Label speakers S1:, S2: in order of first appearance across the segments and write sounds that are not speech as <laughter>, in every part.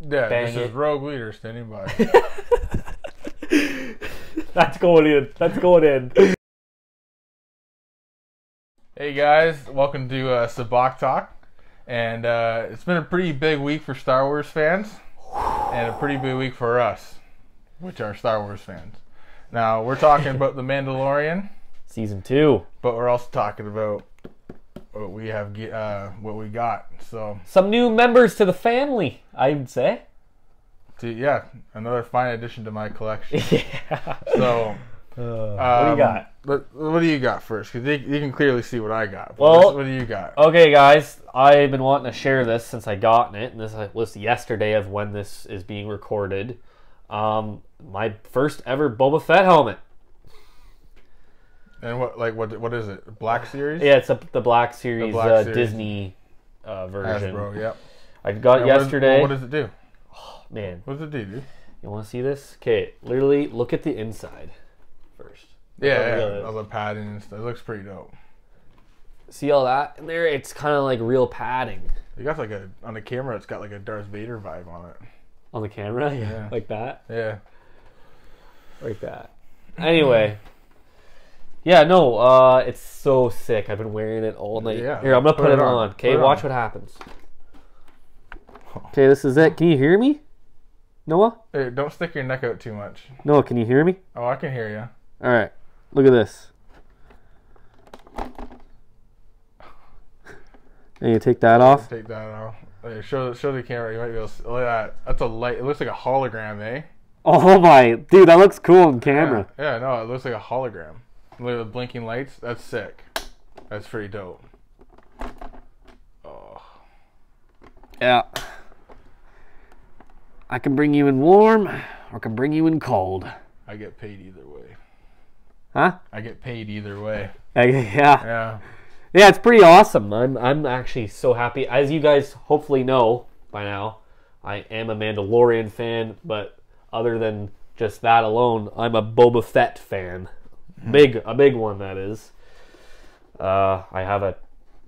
S1: Yeah,
S2: Bang
S1: this is
S2: it.
S1: Rogue Leader standing by.
S2: <laughs> That's going in. That's going in.
S1: <laughs> hey guys, welcome to uh, Sabak Talk, and uh, it's been a pretty big week for Star Wars fans, and a pretty big week for us, which are Star Wars fans. Now we're talking about the Mandalorian,
S2: Season two.
S1: but we're also talking about what we have, ge- uh, what we got. So,
S2: Some new members to the family, I would say.
S1: to, yeah, another fine addition to my collection.
S2: <laughs> Yeah. Uh,
S1: So.
S2: what do you
S1: um,
S2: got?
S1: But what do you got first? Because you, you can clearly see what I got.
S2: Well-
S1: what do you got?
S2: Okay, guys, I've been wanting to share this since I gotten it, and this uh, was yesterday of when this is being recorded. Um, my first ever Boba Fett helmet.
S1: And what like what what is it? Black series?
S2: Yeah, it's a, the Black Series,
S1: Black
S2: uh,
S1: Series.
S2: Disney uh, version.
S1: Hasbro, yep.
S2: I got it
S1: And what is-
S2: yesterday.
S1: What, does it do?
S2: Man,
S1: What does it do, dude?
S2: you want to see this? Okay, literally, look at the inside first.
S1: Yeah,
S2: really?
S1: yeah. All the padding and stuff. It looks pretty dope.
S2: See all that in there? It's kind of like real padding
S1: It got like a on the camera. It's got like a Darth Vader vibe on it.
S2: on the camera, <laughs> yeah,
S1: Yeah.
S2: like that.
S1: Yeah.
S2: like that. Anyway, yeah, no, uh, it's so sick. I've been wearing it all night.
S1: Yeah,
S2: Here, I'm gonna put, it, on.
S1: Put
S2: Okay,
S1: it
S2: watch
S1: on.
S2: what happens. Okay, this is it. Can you hear me, Noah?
S1: Hey, don't stick your neck out too much.
S2: Noah, can you hear me?
S1: Oh, I can hear you.
S2: All right, look at this. And you take that off.
S1: Take that off. Hey, show show the camera. You might be able to see. Look at that. That's a light. It looks like a hologram, eh?
S2: Oh my, dude, that looks cool on camera.
S1: Yeah, no, it looks like a hologram. Look at the blinking lights. That's sick. That's pretty dope. Oh.
S2: Yeah. I can bring you in warm, or can bring you in cold.
S1: I get paid either way.
S2: Huh? <laughs>
S1: I get paid either way.
S2: Yeah.
S1: Yeah.
S2: Yeah, it's pretty awesome. I'm I'm actually so happy. As you guys hopefully know by now, I am a Mandalorian fan, but other than just that alone, I'm a Boba Fett fan. Big a big one that is. Uh, I have a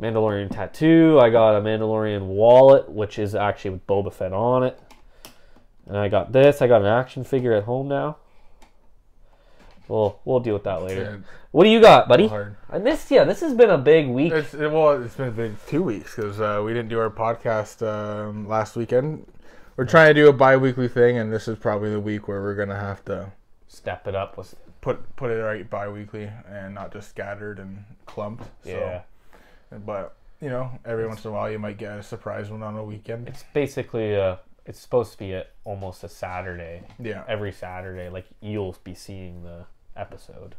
S2: Mandalorian tattoo. I got a Mandalorian wallet, which is actually with Boba Fett on it. And I got this. I got an action figure at home now. We'll we'll deal with that later.
S1: And
S2: What do you got, buddy?
S1: hard.
S2: I missed you. This has been a big week.
S1: It's it, well, it's been, been two weeks because uh, we didn't do our podcast um, last weekend. We're trying to do a bi-weekly thing, and this is probably the week where we're gonna have to
S2: Step it up was
S1: put put it right bi-weekly and not just scattered and clumped. So,
S2: yeah.
S1: But you know, every once in a while, you might get a surprise one on a weekend.
S2: It's basically a. It's supposed to be a, almost a Saturday.
S1: Yeah.
S2: Every Saturday, like you'll be seeing the episode,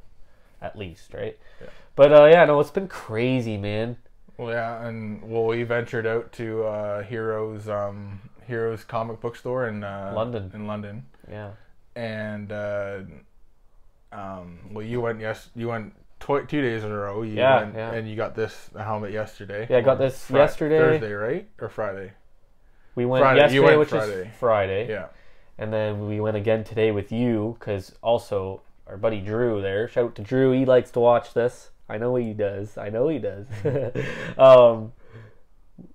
S2: at least, right?
S1: Yeah.
S2: But uh, yeah, no, it's been crazy, man.
S1: Well, yeah, and well, we ventured out to uh, Heroes um, Heroes comic book store in uh,
S2: London.
S1: In London,
S2: Yeah.
S1: and uh, um, well, you went yes, you went tw- two days in a row. You
S2: Yeah,
S1: went,
S2: yeah.
S1: and you got this helmet yesterday.
S2: Yeah, I got
S1: Or
S2: this yesterday.
S1: Thursday, right or Friday?
S2: We went
S1: Friday. You
S2: yesterday,
S1: went
S2: which
S1: Friday.
S2: is Friday,
S1: Yeah,
S2: and then we went again today with you because also our buddy Drew there. Shout out to Drew. He likes to watch this. I know he does. I know he does. <laughs> um,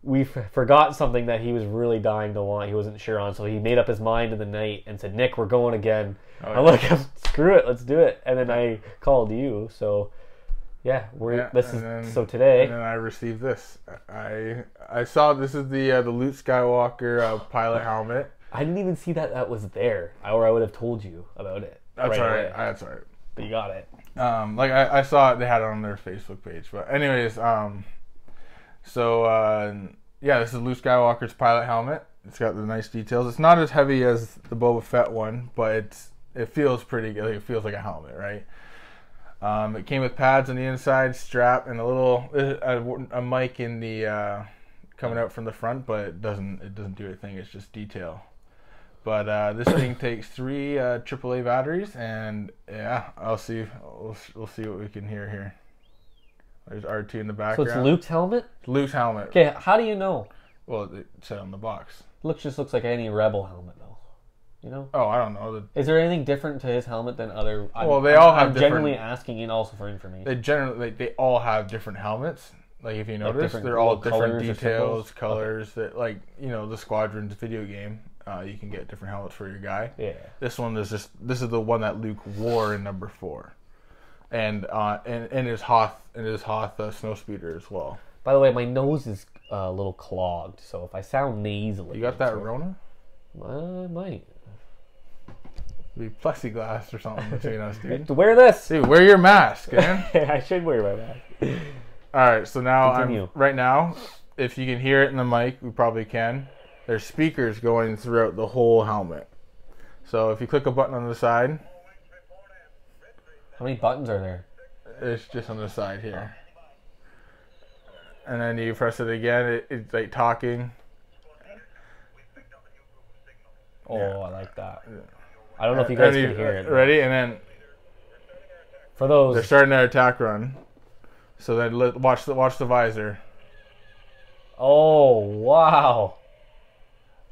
S2: we f- forgot something that he was really dying to want. He wasn't sure on, so he made up his mind in the night and said, "Nick, we're going again."
S1: Oh,
S2: I'm
S1: yeah.
S2: like, <laughs> "Screw it, let's do it." And then I called you, so yeah, we're
S1: Yeah,
S2: this
S1: and
S2: is
S1: then-
S2: so today.
S1: and then I received this. I I saw this is the uh, the Luke Skywalker uh, pilot helmet.
S2: I didn't even see that that was there, or I would have told you about it.
S1: That's
S2: right
S1: all right.
S2: away.
S1: That's all right.
S2: But you got it.
S1: um like I, I saw it they had it on their facebook page but anyways um so uh yeah this is luke skywalker's pilot helmet it's got the nice details it's not as heavy as the boba fett one but it's it feels pretty good it feels like a helmet right um it came with pads on the inside strap and a little uh, a, a mic in the uh coming out from the front but it doesn't it doesn't do anything it's just detail but uh, this thing takes three uh, AAA batteries, and yeah, I'll see. We'll, we'll see what we can hear here. There's R2 in the
S2: So
S1: background.
S2: it's Luke's helmet.
S1: Luke's helmet.
S2: Okay, how do you know?
S1: Well, it said on the box.
S2: Looks just looks like any rebel helmet though. You know,
S1: Oh, I don't know.
S2: is there anything different to his helmet than other? I'm,
S1: Well, they
S2: I'm-
S1: all have
S2: I'm
S1: different-
S2: genuinely asking and also for information.
S1: They generally like, they all have different helmets. Like if you notice,
S2: different
S1: they're all
S2: little
S1: different
S2: colours or
S1: details,
S2: symbols?
S1: colors that like you know the Squadron's video game Uh, you can get different helmets for your guy.
S2: Yeah.
S1: This one is just this is the one that Luke wore in number four, and uh, and and his Hoth and his Hoth uh, snowspeeder as well.
S2: By the way, my nose is uh, a little clogged, so if I sound nasally,
S1: You got that Rona?
S2: I might.
S1: Be plexiglass or
S2: <laughs>
S1: something between us, dude.
S2: To wear this,
S1: Dude, wear your mask, man.
S2: <laughs> I should wear my mask.
S1: All right, so now
S2: Continue.
S1: I'm right now. If you can hear it in the mic, we probably can. There's speakers going throughout the whole helmet. So if you click a button on the side,
S2: How many buttons are there?
S1: it's just on the side here, and then you press it again. It, it's like talking.
S2: Oh,
S1: Yeah.
S2: I like that. I don't know if you
S1: And
S2: guys can
S1: you-
S2: hear it. but
S1: Ready, and then
S2: For
S1: they're
S2: those,
S1: starting their attack run. So then let, watch the watch the visor.
S2: oh wow,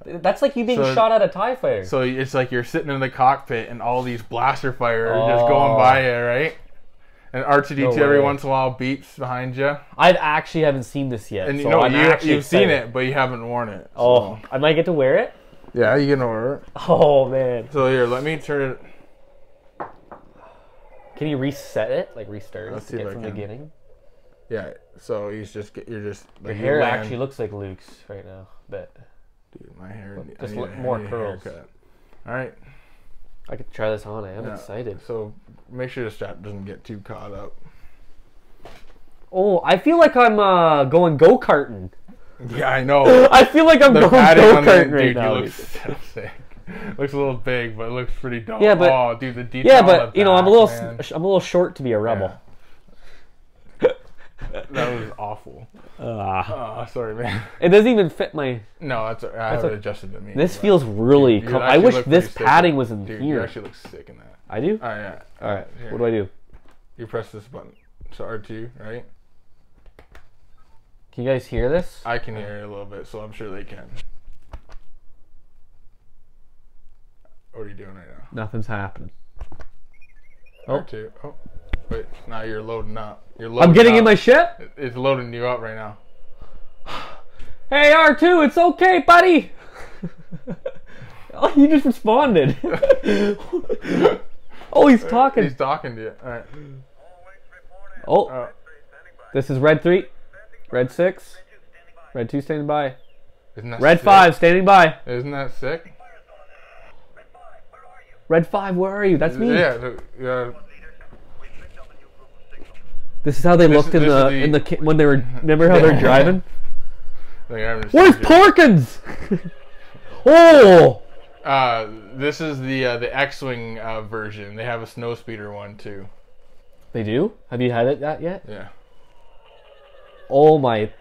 S2: that's like you being
S1: So-
S2: shot at a E Tie Fighter.
S1: So it's like you're sitting in the cockpit and all these blaster fire are just going
S2: Oh.
S1: by you, right? And R2D2
S2: No
S1: every
S2: way.
S1: once in a while beeps behind you.
S2: I actually haven't seen this yet,
S1: And you
S2: so
S1: know,
S2: I'm
S1: you,
S2: actually
S1: you've seen
S2: excited.
S1: it, but you haven't worn it. so-
S2: Oh, I might get to wear it. <laughs>
S1: Yeah, you can order it.
S2: Oh man,
S1: So here, let me turn it.
S2: can you reset it? Like restart
S1: Let's
S2: it
S1: see
S2: to get
S1: if I
S2: from the
S1: can.
S2: beginning?
S1: Yeah, so he's just, get- you're just. Like,
S2: Your
S1: you
S2: hair
S1: land-
S2: actually looks like Luke's right now, but
S1: Dude, my hair. I
S2: just
S1: need
S2: look
S1: a- I
S2: more
S1: need a
S2: curls.
S1: haircut. All right.
S2: I could try this on. I am
S1: yeah.
S2: excited.
S1: So make sure the strap doesn't get too caught up. <laughs>
S2: Oh, I feel like I'm uh, going go karting.
S1: Yeah, I know.
S2: <laughs> I feel like I'm
S1: the
S2: going
S1: padding
S2: go
S1: on the
S2: karting
S1: dude,
S2: right
S1: you
S2: now.
S1: look
S2: dude.
S1: so <laughs> sick. Looks a little big, but it looks pretty dope.
S2: Yeah, but-
S1: oh, dude, the detail.
S2: Yeah,
S1: on
S2: but
S1: the
S2: you know, I'm a
S1: back,
S2: little,
S1: man.
S2: s- I'm a little short to be a rebel.
S1: that was
S2: <laughs>
S1: awful.
S2: Ah.
S1: Oh, sorry, man. <laughs>
S2: it doesn't even fit my.
S1: No, that's all right. I haven't adjusted to me.
S2: This
S1: but
S2: feels really.
S1: you
S2: Com- I
S1: actually
S2: wish
S1: look pretty
S2: this
S1: sick in-
S2: padding was in
S1: dude, you
S2: here.
S1: actually look sick in that.
S2: I do.
S1: All right, yeah.
S2: All right. What do I do?
S1: You press this button. So R2, right?
S2: Can you guys hear this?
S1: I can hear it a little bit, so I'm sure they can. What are you doing right now?
S2: Nothing's happening. Oh.
S1: R2. Oh, wait. Now you're loading up. You're loading
S2: I'm getting in my
S1: up.
S2: ship.
S1: It's loading you up right now.
S2: Hey R2, it's okay, buddy. <laughs> oh, you just responded. <laughs> oh, he's
S1: He's
S2: talking.
S1: talking to you. All right.
S2: Oh,
S1: Oh.
S2: this is red three, red six, red two standing by,
S1: Isn't that
S2: red
S1: sick?
S2: five standing by,
S1: Isn't that sick?
S2: red five. Where are you? That's me.
S1: Yeah. look, yeah.
S2: This is how they looked in
S1: this
S2: the,
S1: is the-
S2: in the ki- when they were. Remember how
S1: <laughs>
S2: they're driving?
S1: Like, I'm just-
S2: Where's Porkins? <laughs> oh,
S1: Uh, this is the uh, the X-wing uh, version. They have a snowspeeder one too.
S2: they do. Have you had it that yet?
S1: Yeah.
S2: Oh my.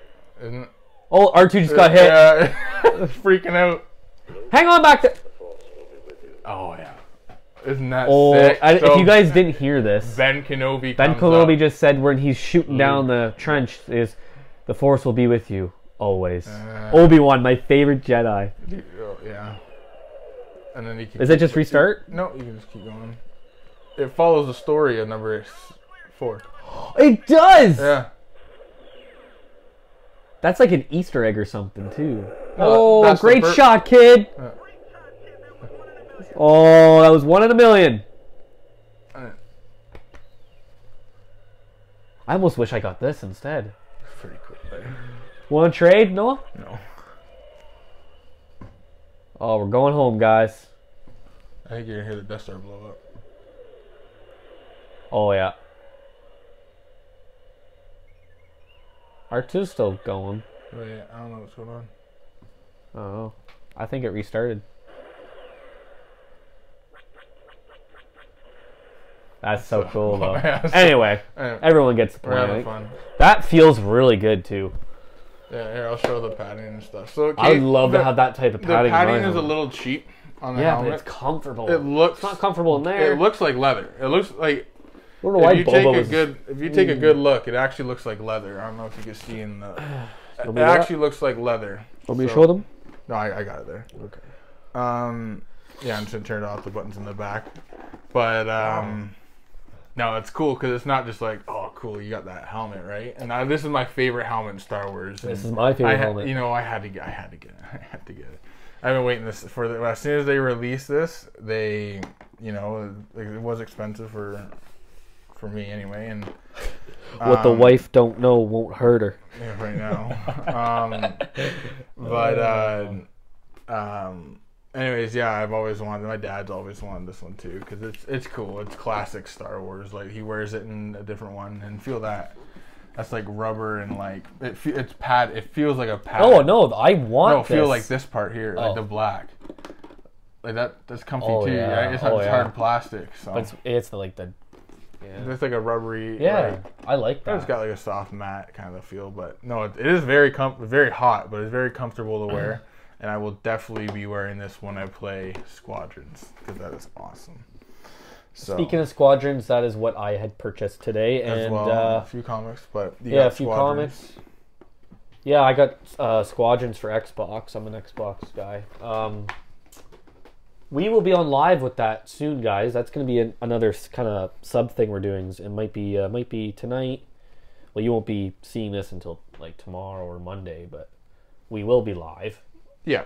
S1: Isn't it?
S2: Oh, R2 just got hit.
S1: Yeah. <laughs> freaking out.
S2: Hang on back there.
S1: Oh yeah. Isn't that
S2: Oh,
S1: sick?
S2: I,
S1: So,
S2: if you guys didn't hear this,
S1: Ben Kenobi.
S2: Ben
S1: comes
S2: Kenobi
S1: up. Mm.
S2: just said when he's shooting down the trench is, the Force will be with you always.
S1: Uh.
S2: Obi Wan, my favorite Jedi.
S1: Oh, yeah. And then he. Can,
S2: Is it just restart?
S1: No, you can just keep going. It follows the story of number s- four.
S2: It does.
S1: Yeah.
S2: That's like an Easter egg or something too.
S1: No,
S2: oh,
S1: Uh, that's the
S2: great
S1: fir- Uh.
S2: shot, kid.
S1: Yeah.
S2: Oh, that was one in a million.
S1: Uh,
S2: I almost wish I got this instead.
S1: Pretty cool. there.
S2: Want to trade? No.
S1: No.
S2: Oh, we're going home, guys.
S1: I think you're gonna hear the Death Star blow up.
S2: Oh yeah. R2's still going.
S1: Wait, I don't know what's going on.
S2: Oh, I think it restarted. That's so cool, though.
S1: <laughs> Yeah, so-
S2: anyway,
S1: Anyway,
S2: everyone gets the
S1: we're
S2: point. I
S1: having
S2: think.
S1: fun.
S2: That feels really good too.
S1: Yeah, here I'll show the padding and stuff. So
S2: I
S1: okay,
S2: would love
S1: the-
S2: to have that type of
S1: The
S2: padding.
S1: padding,
S2: on my
S1: is a
S2: helmet.
S1: little cheap on the
S2: yeah, but
S1: helmet.
S2: it's comfortable.
S1: it looks
S2: It's not comfortable in there.
S1: It looks like leather. It looks like
S2: I don't know
S1: if
S2: why
S1: you
S2: Boba
S1: take a
S2: was.
S1: good if you take a good look, it actually looks like leather. I don't know if you can see in
S2: <sighs>
S1: the. It
S2: me to
S1: actually looks like leather.
S2: Want me to
S1: so-
S2: show them?
S1: No, I, I got it there.
S2: Okay.
S1: Um, yeah, I'm just gonna turn off the buttons in the back, but um, no, it's cool because it's not just like oh, cool, you got that helmet right. And I, this is my favorite helmet in Star Wars.
S2: This
S1: and
S2: is my favorite
S1: I ha-
S2: helmet.
S1: You know, I had to get, I had to get, it. <laughs> I had to get it. I've been waiting this for the, as soon as they release this, they you know it was expensive for for me anyway, and
S2: what the
S1: um,
S2: wife don't know won't hurt her.
S1: yeah, <laughs> right now. um, but uh,
S2: Oh.
S1: um, anyways, yeah, I've always wanted. My dad's always wanted this one too because it's it's cool. It's classic Star Wars. Like he wears it in a different one, and feel that. That's like rubber and like it. Fe- it's pad. It feels like a pad.
S2: Oh no, I want.
S1: No, feel
S2: this.
S1: like this part here,
S2: Oh.
S1: like the black. Like that. That's comfy
S2: Oh,
S1: too,
S2: yeah.
S1: right? It's not
S2: Oh,
S1: it's
S2: yeah.
S1: hard plastic. So
S2: But it's, it's like the. Yeah,
S1: it's like a rubbery.
S2: yeah
S1: like,
S2: I like that.
S1: it's got like a soft matte kind of feel, but no, it, it is very com- very hot, but it's very comfortable to
S2: <clears throat>
S1: wear. and I will definitely be wearing this when I play Squadrons because that is awesome. So,
S2: Speaking of squadrons, that is what I had purchased today,
S1: as
S2: and
S1: well,
S2: uh,
S1: a few comics, but you
S2: yeah,
S1: got
S2: a few
S1: Squadrons.
S2: comics. Yeah, I got uh, squadrons for Xbox. I'm an Xbox guy. Um, we will be on live with that soon, guys. That's going to be an, another kind of sub thing we're doing. It might be uh, might be tonight. Well, you won't be seeing this until like tomorrow or Monday, but we will be live.
S1: Yeah,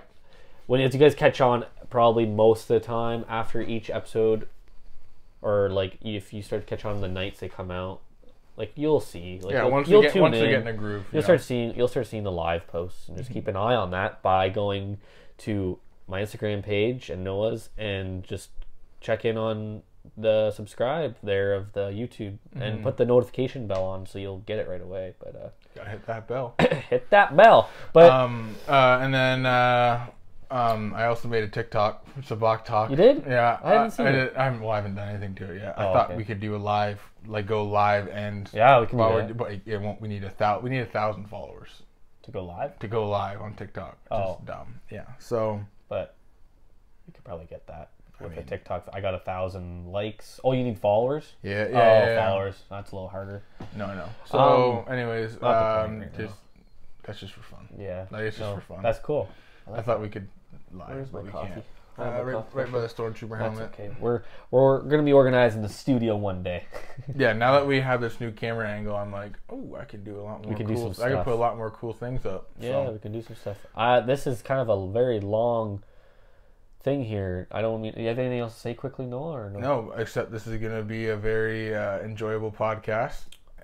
S2: when as you guys catch on probably most of the time after each episode or like if you start to catch on the nights they come out like you'll see like
S1: yeah.
S2: you'll,
S1: Once
S2: you'll
S1: you get
S2: tune
S1: once
S2: in
S1: you get in a groove,
S2: you'll
S1: yeah. Mm-hmm.
S2: start seeing you'll start seeing the live posts and just keep an eye on that by going to my Instagram page and Noah's and just check in on the subscribe there of the YouTube
S1: Mm-hmm.
S2: and put the notification bell on so you'll get it right away. But
S1: Gotta hit that bell.
S2: uh, hit that bell. But
S1: um, uh, and then uh, um, I also made a TikTok, Sabak Talk.
S2: You did?
S1: Yeah,
S2: I haven't seen
S1: I,
S2: it.
S1: did- I haven't, well, I haven't done anything to it yet. I
S2: Oh,
S1: thought
S2: okay.
S1: we could do a live, like go live and
S2: yeah, we can do
S1: Well, we're,
S2: that.
S1: but it won't, we need a thou, we need a thousand followers
S2: to go live,
S1: to go live on TikTok. Which
S2: Oh.
S1: is dumb. Yeah. So
S2: but you could probably get that with a
S1: mean-
S2: TikTok. I got a thousand likes. Oh, you need followers.
S1: yeah, yeah.
S2: oh,
S1: yeah, yeah.
S2: followers. That's a little harder.
S1: No, no. So, anyways,
S2: not the point
S1: um,
S2: right now.
S1: just that's just for fun.
S2: Yeah,
S1: Like, it's just for fun.
S2: That's cool.
S1: I thought we could live,
S2: Where's my
S1: but we
S2: coffee?
S1: can't.
S2: I have
S1: Uh,
S2: a
S1: right,
S2: coffee.
S1: right by the stormtrooper
S2: That's
S1: helmet.
S2: okay. We're we're gonna be organizing the studio one day. <laughs>
S1: Yeah, now that we have this new camera angle, I'm like, oh, I could do a lot more.
S2: can do
S1: cool,
S2: some
S1: I could
S2: stuff.
S1: put a lot more cool things up.
S2: yeah,
S1: so.
S2: we can do some stuff. Uh, this is kind of a very long thing here. I don't mean. You have anything else to say quickly, Noah? Or no?
S1: No, except this is going to be a very uh, enjoyable podcast,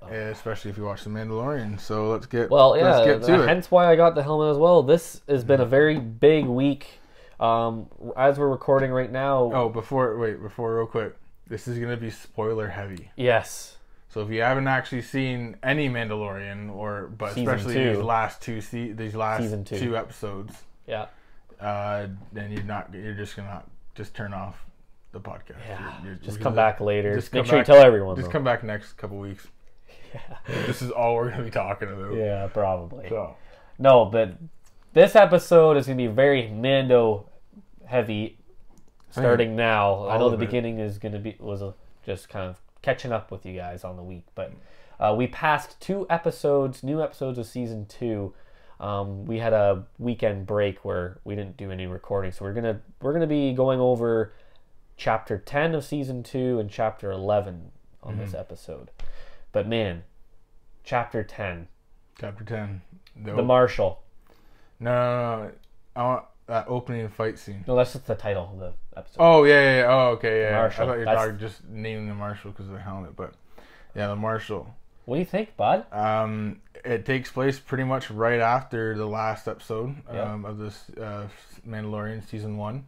S1: especially if you watch The Mandalorian. So let's get
S2: Oh. Well, yeah,
S1: let's get to
S2: uh,
S1: it.
S2: hence why I got the helmet as well. This has been a very big week. Um, as we're recording right now,
S1: Oh, before wait, before real quick, this is going to be spoiler heavy.
S2: yes,
S1: So if you haven't actually seen any Mandalorian, or but
S2: Season
S1: especially
S2: two.
S1: these last two se- these last
S2: Season two.
S1: episodes,
S2: yeah,
S1: uh, then you're not you're just gonna not, just turn off the podcast.
S2: Yeah,
S1: You're- you're-
S2: just come back later.
S1: Just
S2: Make
S1: come
S2: sure
S1: back-
S2: you tell everyone.
S1: Just
S2: though.
S1: come back next couple
S2: <laughs>
S1: weeks. Yeah. This is all we're gonna be talking about.
S2: yeah, probably.
S1: So
S2: No, but this episode is going to be very Mando heavy starting now. I know
S1: all
S2: the
S1: of it.
S2: beginning is going to be was uh, just kind of catching up with you guys on the week, but uh, we passed two episodes, new episodes of season two. Um, we had a weekend break where we didn't do any recording, so we're gonna we're gonna be going over chapter ten of season two and chapter eleven on this
S1: Mm-hmm.
S2: episode. But man, chapter ten,
S1: chapter ten. No,
S2: the Marshal.
S1: no, no, no. I want that opening fight scene.
S2: No, that's just the title of the episode.
S1: Oh yeah, yeah, yeah. Oh okay, yeah. yeah. I
S2: Marshal.
S1: thought you were
S2: That's-
S1: talking just naming the marshal because of the helmet, but yeah, the marshal.
S2: What do you think, bud?
S1: Um, it takes place pretty much right after the last episode
S2: Yeah.
S1: um, of this uh, Mandalorian season one.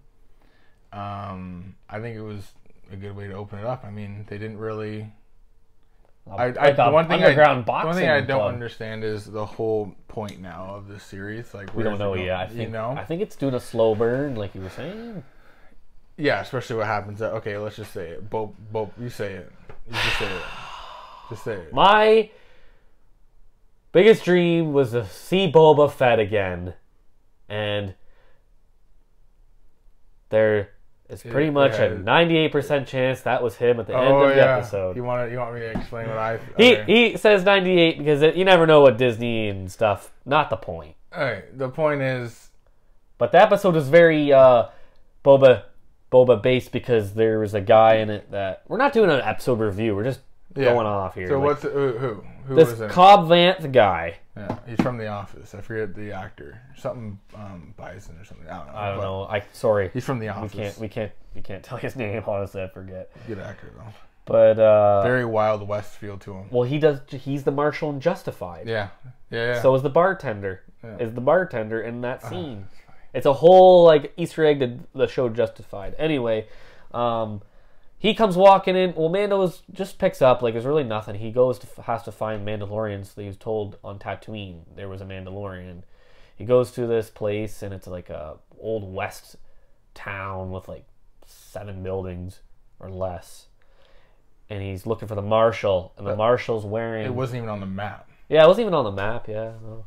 S1: Um, I think it was a good way to open it up. I mean, they didn't really. I, I,
S2: Like a
S1: the one thing I,
S2: underground
S1: the one
S2: boxing
S1: thing I don't
S2: club.
S1: understand is the whole point now of this series. Like
S2: we
S1: where's
S2: don't
S1: it
S2: know
S1: going?
S2: yet. I think,
S1: you know,
S2: I think it's doing a slow burn, like you were saying.
S1: Yeah, especially what happens. At, okay, let's just say it. Bo, Bo, you say it. You just say it. Just say it.
S2: My biggest dream was to see Boba Fett again, and there is pretty much
S1: yeah.
S2: a ninety-eight percent chance that was him at the end
S1: Oh
S2: of the
S1: yeah.
S2: episode.
S1: You want to, you want me to explain what I?
S2: He,
S1: okay.
S2: he says 98 because it, you never know what Disney and stuff. Not the point.
S1: All right. The point is,
S2: But the episode is very uh, Boba Boba based because there was a guy in it that we're not doing an episode review. We're just
S1: Yeah.
S2: going off here.
S1: So
S2: Like,
S1: what's who? Who, who
S2: this
S1: was in it?
S2: Cobb Vanth guy?
S1: Yeah, he's from The Office. I forget the actor. Something um, Bison or something. I don't know.
S2: I don't
S1: but
S2: know. I sorry,
S1: He's from The
S2: we
S1: Office.
S2: can't we can't we can't tell his name. Honestly, I forget.
S1: Good actor though.
S2: But uh,
S1: Very wild West feel to him.
S2: well, he does. He's the marshal in Justified.
S1: Yeah. Yeah. yeah.
S2: So is the bartender.
S1: Yeah.
S2: Is the bartender in that scene? It's a whole like Easter egg to the show Justified. Anyway, um, he comes walking in. Well, Mando's just picks up like there's really nothing. He goes to has to find Mandalorians. That he was told on Tatooine there was a Mandalorian. He goes to this place and it's like a old west town with like seven buildings or less. And he's looking for the marshal, and the marshal's wearing
S1: it wasn't even on the map.
S2: yeah, it wasn't even on the map. Yeah, no.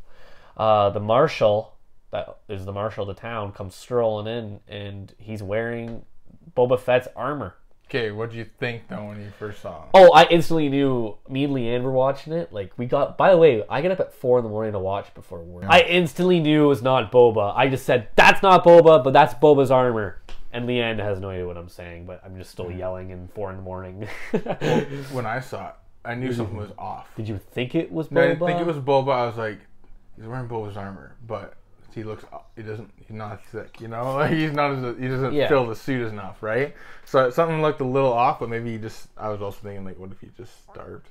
S2: uh, the marshal that is the marshal of the town comes strolling in, and he's wearing Boba Fett's armor.
S1: Okay, what did you think though when you first saw him?
S2: Oh, I instantly knew. Me and Leanne were watching it. Like we got. By the way, I get up at four in the morning to watch before work. I instantly knew it was not Boba. I just said that's not Boba, but that's Boba's armor. And Leanne has no idea what I'm saying, but I'm just still yelling in four in the morning. <laughs> Did
S1: When I saw it, I knew something was off.
S2: you think it was Boba?
S1: I didn't think it was Boba. I was like, he's wearing Boba's armor, but he looks he doesn't he's not thick, you know. <laughs> Like he's not as he doesn't
S2: Yeah.
S1: fill the suit enough, right? So something looked a little off, but maybe he just. I was also thinking like, what if he just starved?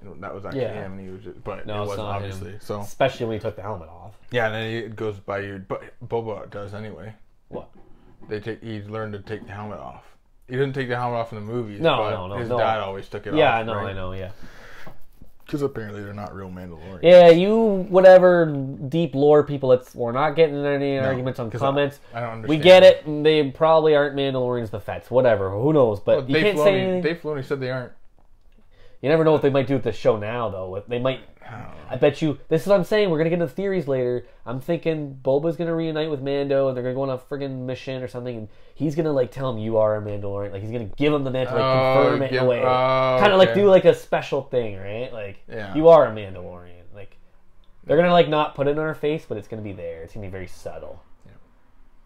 S1: And that was actually
S2: Yeah.
S1: him, and he was just, but
S2: No,
S1: it
S2: it's
S1: wasn't
S2: not him.
S1: obviously. So
S2: Especially when he took the helmet off.
S1: yeah, and then it goes by you, but Boba does anyway.
S2: What?
S1: They take he learned to take the helmet off. He didn't take the helmet off in the movies.
S2: No,
S1: but
S2: no, no,
S1: His
S2: no.
S1: dad always took it
S2: Yeah, I
S1: off.
S2: know, I know, yeah.
S1: Because apparently they're not real Mandalorians.
S2: Yeah, you whatever deep lore people. It's we're not getting into any arguments on
S1: 'cause I-
S2: comments.
S1: I don't
S2: we
S1: understand.
S2: get it. and They probably aren't Mandalorians, the Fets, whatever. Who knows? But
S1: But
S2: you
S1: Dave
S2: can't say
S1: Filoni,
S2: anything.
S1: Dave Filoni said they aren't.
S2: You never know what they might do with this show now, though. They might. I bet you. This is what I'm saying. We're gonna get into theories later. I'm thinking Boba's gonna reunite with Mando, and they're gonna go on a friggin' mission or something, and he's gonna like tell him you are a Mandalorian. Like he's gonna give him the mantle, like
S1: Oh,
S2: confirm it in
S1: give-
S2: a way,
S1: oh,
S2: kind of like
S1: okay.
S2: do like a special thing, right? Like
S1: Yeah.
S2: you are a Mandalorian. Like they're gonna like not put it in our face, but it's gonna be there. It's gonna be very subtle.
S1: Yeah.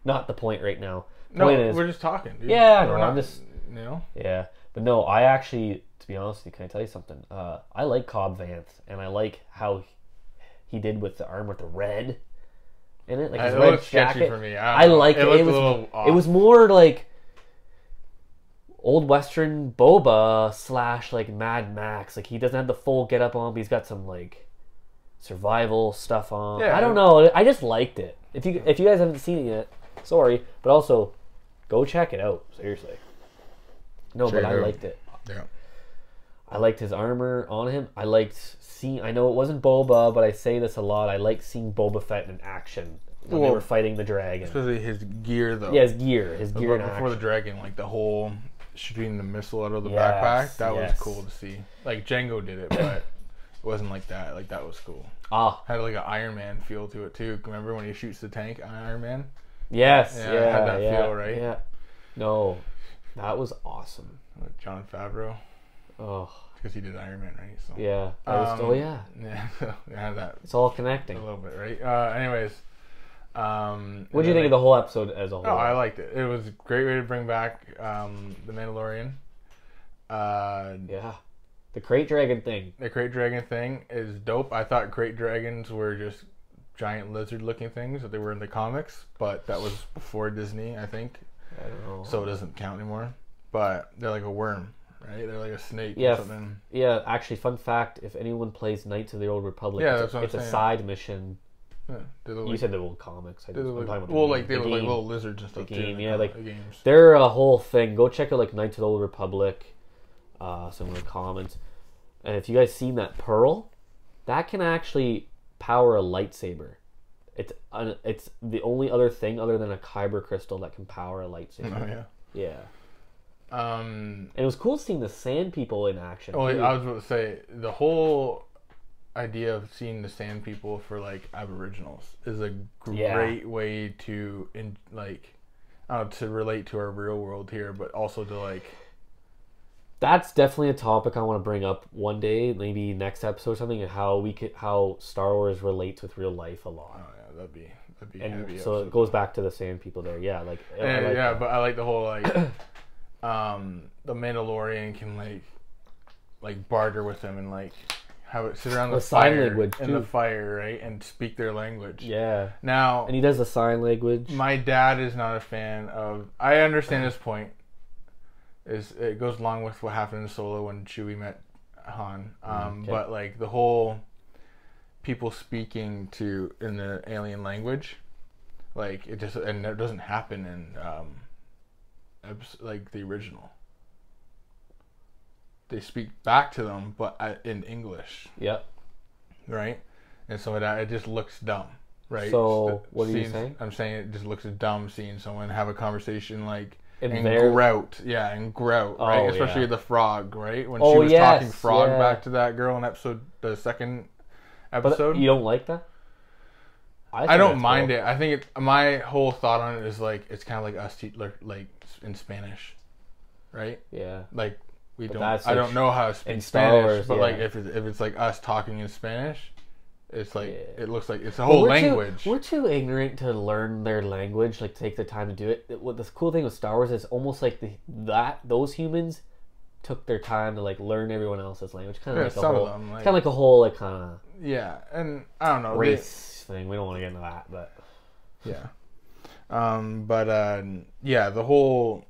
S2: Not the point right now. The
S1: No,
S2: point is,
S1: we're just talking. Dude.
S2: Yeah, I know,
S1: We're
S2: I'm just-
S1: You know,
S2: yeah, but no, I actually, to be honest with you, can I tell you something? Uh, I like Cobb Vanth, and I like how he did with the arm with the red in it, like his
S1: Uh, it
S2: red
S1: looked sketchy
S2: jacket.
S1: for me. I
S2: I,
S1: don't know.
S2: like
S1: It
S2: it. It,
S1: looked a
S2: was
S1: little off.
S2: it was more like old western Boba slash like Mad Max. Like he doesn't have the full get up on, but he's got some like survival stuff on.
S1: Yeah.
S2: I don't know. I just liked it. If you if you guys haven't seen it yet, sorry, but also go check it out. Seriously. No,
S1: Check
S2: but
S1: it
S2: I
S1: out.
S2: liked it.
S1: yeah.
S2: I liked his armor on him. I liked seeing. I know it wasn't Boba, but I say this a lot. I liked seeing Boba Fett in action when they
S1: Well,
S2: were fighting the dragon.
S1: Especially his gear though.
S2: Yeah, his gear, his
S1: But
S2: gear in action.
S1: before the dragon, like the whole shooting the missile out of the
S2: Yes,
S1: backpack, that
S2: yes.
S1: was cool to see. Like Django did it, but it wasn't like that. Like that was cool.
S2: Ah,
S1: Had like an Iron Man feel to it too. Remember when he shoots the tank on Iron Man?
S2: yes,
S1: Yeah,
S2: yeah, yeah,
S1: it had that
S2: yeah,
S1: feel, right?
S2: No, that was awesome.
S1: With John Favreau,
S2: Oh,
S1: because he did Iron Man, right? So
S2: yeah. That was,
S1: Um,
S2: oh, yeah.
S1: <laughs> yeah, so it had that
S2: It's all
S1: a
S2: connecting.
S1: little bit, right? Uh, anyways, um,
S2: What do you think of the whole episode as a whole?
S1: No, Oh, I liked it. It was a great way to bring back um, the Mandalorian. Uh,
S2: yeah, the crate dragon thing.
S1: the Great Dragon thing is dope. I thought Great Dragons were just giant lizard-looking things that they were in the comics, but that was before Disney, I think,
S2: I don't know.
S1: so it doesn't count anymore. But they're like a worm, right? They're like a snake
S2: Yeah,
S1: or something.
S2: yeah, actually, fun fact: if anyone plays Knights of the Old Republic,
S1: Yeah,
S2: it's, a-
S1: that's what I'm
S2: it's a
S1: saying.
S2: side mission.
S1: Yeah, they look
S2: You
S1: like,
S2: said the old comics. I
S1: they
S2: just, I'm
S1: look
S2: talking
S1: like-
S2: about the
S1: well,
S2: game,
S1: like they
S2: the
S1: look like
S2: game.
S1: little lizards and stuff too.
S2: game,
S1: in the
S2: yeah, like-
S1: comic- the games.
S2: They're a whole thing. Go check out like Knights of the Old Republic, uh, some of the comments. And if you guys seen that pearl, that can actually power a lightsaber. It's an, it's the only other thing other than a kyber crystal that can power a lightsaber.
S1: Oh yeah.
S2: Yeah,
S1: Um,
S2: and it was cool seeing the sand people in action.
S1: Oh,
S2: too.
S1: I was about to say the whole idea of seeing the sand people for like Aboriginals is a great
S2: Yeah.
S1: way to in like I don't know, to relate to our real world here, but also to like
S2: that's definitely a topic I want to bring up one day, maybe next episode or something, and how we could how Star Wars relates with real life a lot.
S1: oh yeah, that'd be that'd be
S2: And
S1: heavy.
S2: so
S1: episode.
S2: it goes back to the sand people there. Yeah, like, I
S1: yeah, <coughs>
S2: like
S1: yeah, but I like the whole like um the Mandalorian can like like barter with them and like have it sit around the,
S2: The sign
S1: fire
S2: language,
S1: in the
S2: too.
S1: fire, right, and speak their language.
S2: Yeah.
S1: Now,
S2: And he does the sign language.
S1: my dad is not a fan of. I understand his point. Is it goes along with what happened in Solo when Chewie met Han, um,
S2: Okay.
S1: but like the whole people speaking to in the alien language, like it just and it doesn't happen in um, eps- like the original. They speak back to them, but uh, in English,
S2: yep.
S1: right? And so it, it just looks dumb, right?
S2: So,
S1: S-
S2: what are you
S1: seeing-
S2: saying?
S1: I'm saying it just looks dumb seeing someone have a conversation like
S2: In
S1: and
S2: their-
S1: grout, yeah, and grout, right?
S2: Oh,
S1: Especially
S2: yeah.
S1: the frog, right? When she
S2: Oh,
S1: was talking
S2: yes,
S1: frog
S2: yeah.
S1: back to that girl in episode the second
S2: But uh,
S1: episode.
S2: you don't like that?
S1: I don't mind it. I think it, my whole thought on it is like it's kind of like us te- like- like in Spanish, right?
S2: Yeah.
S1: Like we don't.
S2: that's
S1: I
S2: like
S1: don't know how to speak
S2: in Star
S1: Spanish,
S2: Wars,
S1: but
S2: yeah.
S1: like if it's, if it's like us talking in Spanish, it's like
S2: Yeah.
S1: it looks like it's a whole
S2: we're
S1: language.
S2: Too, we're too ignorant to learn their language, like take the time to do it. It- What the cool thing with Star Wars is almost like the, that those humans took their time to like learn everyone else's language. Kind
S1: Yeah,
S2: of like a
S1: some of
S2: whole,
S1: them, like-
S2: kind of like a whole like kind of
S1: yeah, and I don't know. they-
S2: race thing. We don't want to get into that, but
S1: <laughs> yeah. Um, but uh, yeah, the whole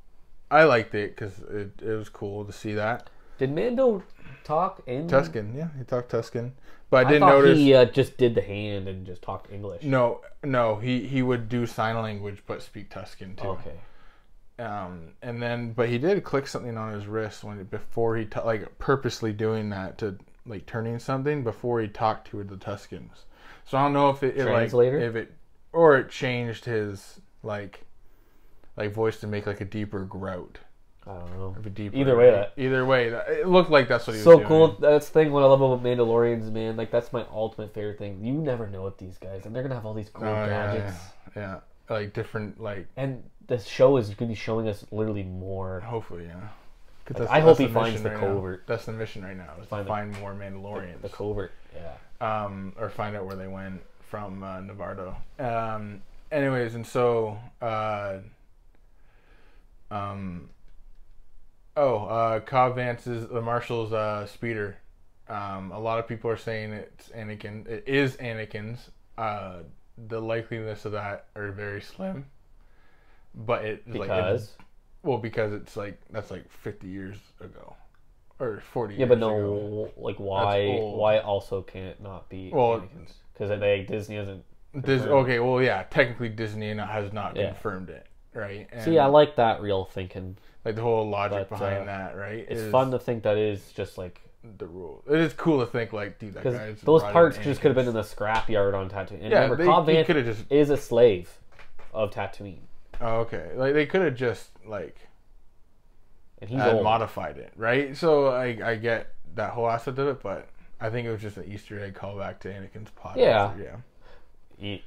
S1: I liked it because it, it was cool to see that
S2: did Mando talk in?
S1: Tuscan. Yeah, he talked Tuscan, but I
S2: I
S1: didn't
S2: thought
S1: notice.
S2: he uh, just did the hand and just talked English.
S1: No, no, he he would do sign language but speak Tuscan too.
S2: Oh, Okay.
S1: Um, and then but he did click something on his wrist when before he ta- like purposely doing that to like turning something before he talked to the Tuscans. So I don't know if it, it like
S2: Translator?
S1: if it or it changed his like like voice to make like a deeper grout.
S2: I don't know.
S1: If a deeper,
S2: Either way, that-
S1: either way, that, it looked like that's what he was
S2: so
S1: doing.
S2: cool. That's the thing. What I love about Mandalorians, man. Like that's my ultimate favorite thing. You never know with these guys, and they're gonna have all these cool
S1: Oh, yeah,
S2: gadgets.
S1: yeah, yeah, like different, like
S2: And the show is gonna be showing us literally more.
S1: hopefully, yeah. 'Cause that's-
S2: Like, I
S1: that's
S2: hope he
S1: mission
S2: finds the
S1: right now.
S2: covert.
S1: That's the mission right now. Is
S2: Find
S1: to
S2: the-
S1: find more Mandalorians.
S2: The covert. Yeah.
S1: um, or find out where they went from uh, Navardo. Um, anyways, and so, uh, um, oh, uh, Cobb Vance's the Marshal's uh, speeder. Um, a lot of people are saying it's Anakin. It is Anakin's. Uh, the likeliness of that are very slim. But it like it,
S2: Because
S1: well because it's like that's like fifty years ago, or forty.
S2: yeah, but
S1: years ago.
S2: no, like why?
S1: old.
S2: Why also can it not be
S1: Well-
S2: Anakin's? Because they Disney doesn't.
S1: Dis-
S2: Confirmed.
S1: okay, well, yeah, technically Disney no- has not
S2: Yeah.
S1: confirmed it, right? And,
S2: See, I like that real thinking.
S1: like the whole logic
S2: but,
S1: behind
S2: uh,
S1: that, right?
S2: It's
S1: is
S2: fun to think that is just like
S1: the rule. It is cool to think like, dude, that
S2: because
S1: guy's
S2: those
S1: riding
S2: parts
S1: an
S2: just could have
S1: Anakin.
S2: been in the scrapyard on Tatooine. And
S1: Yeah,
S2: remember,
S1: they-
S2: Cobb
S1: he
S2: Vanth
S1: coulda just-
S2: is a slave of Tatooine,
S1: Oh, okay, like they could have just like
S2: and he's
S1: had
S2: old.
S1: modified it, right? So I I get that whole aspect of it, but I think it was just an Easter egg callback to Anakin's pod.
S2: Yeah.
S1: yeah.
S2: He-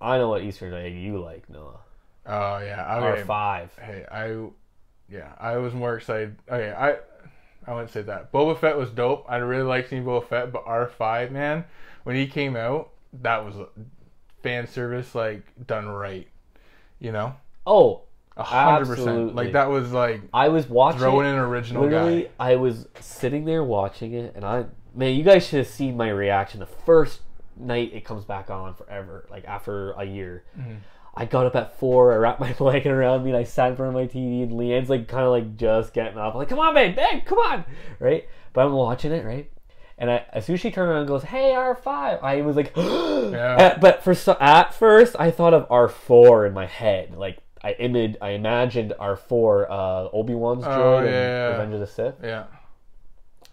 S2: I know what Easter egg you like, Noah.
S1: Oh yeah.
S2: R
S1: Okay.
S2: five.
S1: Hey, I, yeah, I was more excited. Okay, I, I wouldn't say that. Boba Fett was dope. I really liked seeing Boba Fett, but R five man, when he came out, that was fan service like done right. You know,
S2: Oh,
S1: a hundred percent.
S2: Absolutely.
S1: Like that was like
S2: I was watching.
S1: throwing
S2: it,
S1: an original
S2: literally,
S1: guy.
S2: I was sitting there watching it, and I man, you guys should have seen my reaction the first night it comes back on forever, like after a year.
S1: Mm-hmm.
S2: I got up at four. I wrapped my <laughs> blanket around me, and I sat in front of my TV. And Leanne's like, kind of like just getting up, like, "Come on, babe, babe, come on!" Right? But I'm watching it, right? And I, as soon as she turned around and goes, "Hey, R 5 I was like, <gasps>
S1: Yeah.
S2: Uh, but for so, at first I thought of R four in my head, like I imid, I imagined R four, uh, Obi Wan's droid,
S1: Oh, yeah, yeah, yeah.
S2: and Revenge of the Sith.
S1: Yeah.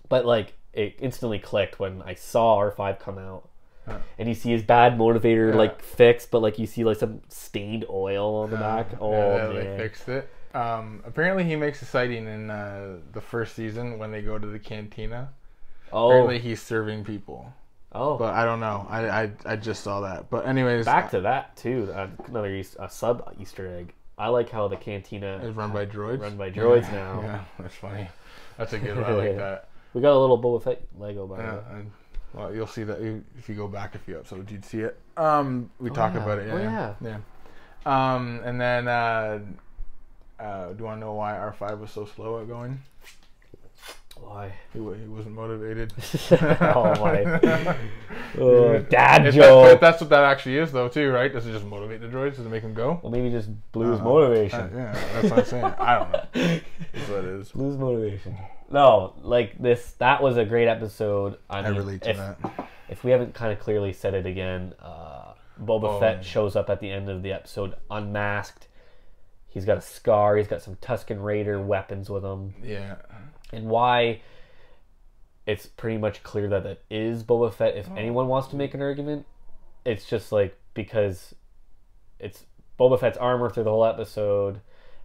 S2: But like it instantly clicked when I saw R five come out,
S1: Huh.
S2: and you see his bad motivator
S1: Yeah.
S2: like fixed, but like you see like some stained oil on the back. Oh
S1: yeah,
S2: man,
S1: they fixed it. Um, apparently, he makes a sighting in uh, the first season when they go to the cantina.
S2: oh
S1: Apparently, he's serving people.
S2: oh,
S1: But I don't know. I, I, I just saw that. But anyways,
S2: back to that too. Uh, another East, a sub Easter egg. I like how the cantina.
S1: It's run by droids.
S2: Run by droids now.
S1: Yeah, that's funny. That's a good one. I like that.
S2: We got a little Boba Fett Lego by
S1: <laughs>
S2: the
S1: Yeah,
S2: way.
S1: and- well, you'll see that you- if you go back a few episodes, you'd see it. Um, we talk
S2: yeah.
S1: about it. Yeah,
S2: Oh,
S1: yeah. yeah. Um, and then uh, uh, do you want to know why R five was so slow at going?
S2: Why?
S1: He, wa- he wasn't motivated. <laughs>
S2: oh my. Oh, dad
S1: If that- but
S2: joke.
S1: if that's what that actually is, though, too, right? Does it just motivate the droids? Does it make them go?
S2: Well, maybe just blues
S1: Uh, Uh,
S2: motivation.
S1: yeah, that's what I'm saying. I don't know.
S2: <laughs>
S1: Is what it is.
S2: Blues motivation. No, like this. That was a great episode. I,
S1: I
S2: mean,
S1: relate to
S2: if,
S1: that.
S2: If we haven't kind of clearly said it again, uh, Boba
S1: Oh.
S2: Fett shows up at the end of the episode unmasked. He's got a scar. He's got some Tusken Raider weapons with him.
S1: Yeah.
S2: and why it's pretty much clear that that is Boba Fett. If
S1: Mm.
S2: anyone wants to make an argument, it's just like because it's Boba Fett's armor through the whole episode,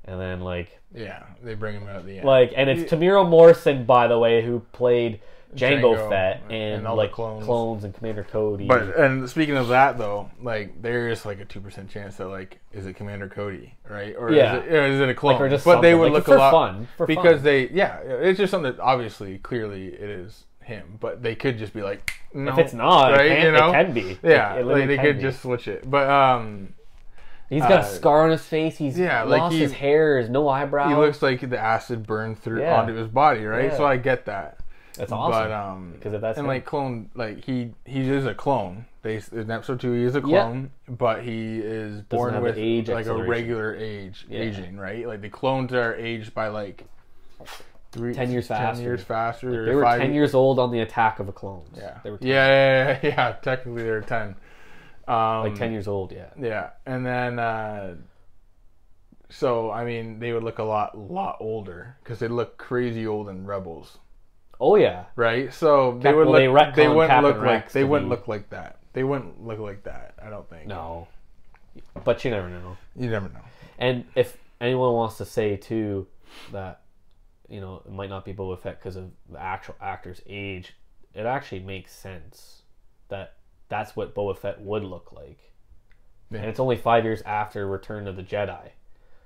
S2: and then like
S1: Yeah. They bring him out at the end.
S2: like and it's Tamiro Morrison by the way who played Django,
S1: Jango,
S2: Fett
S1: and
S2: and,
S1: all the
S2: like
S1: clones.
S2: clones. and Commander Cody.
S1: But and speaking of that though, like there is like a two percent chance that like is it Commander Cody, right? Or
S2: Yeah.
S1: is it, or is it a clone?
S2: or just
S1: but they
S2: something.
S1: would
S2: Like,
S1: look
S2: for
S1: a lot
S2: fun, for fun.
S1: because they yeah, it's just something that obviously clearly it is him, but they could just be like no,
S2: if it's not,
S1: right?
S2: it, can,
S1: you know?
S2: it can be.
S1: Yeah,
S2: It-
S1: like
S2: it literally
S1: they
S2: can
S1: could
S2: be.
S1: just switch it. But um,
S2: He's got
S1: uh,
S2: a scar on his face. He's
S1: yeah, like
S2: lost
S1: he-
S2: his hair. There's no eyebrow.
S1: he looks like the acid burned through
S2: Yeah.
S1: onto his body, right?
S2: Yeah.
S1: So I get that.
S2: That's awesome.
S1: But um,
S2: Because if that's
S1: and
S2: him-
S1: like clone, like he he is a clone. They in episode two he is a
S2: Yeah.
S1: clone, but he is born
S2: have the
S1: with
S2: age
S1: like a
S2: acceleration.
S1: regular age aging, right? Like the clones are aged by like three
S2: 10 years faster.
S1: years faster. or
S2: they were
S1: five
S2: ten years old on the Attack of the Clones.
S1: Yeah.
S2: they were 10,
S1: yeah, yeah, yeah, yeah. Technically they're ten. Um,
S2: like ten years old. Yeah,
S1: Yeah, and then uh, so I mean they would look a lot lot older because they look crazy old in Rebels.
S2: Oh yeah,
S1: right? So they
S2: Cap-
S1: would
S2: well, they
S1: look, they,
S2: retconned
S1: wouldn't
S2: Captain
S1: look like
S2: Rex
S1: they
S2: to
S1: wouldn't
S2: be-
S1: look like that. They wouldn't look like that. I don't think.
S2: no, but you never know.
S1: you never know.
S2: And if anyone wants to say too that you know it might not be Boba Fett because of the actual actor's age, it actually makes sense that that's what Boba Fett would look like.
S1: Yeah.
S2: And it's only five years after Return of the Jedi,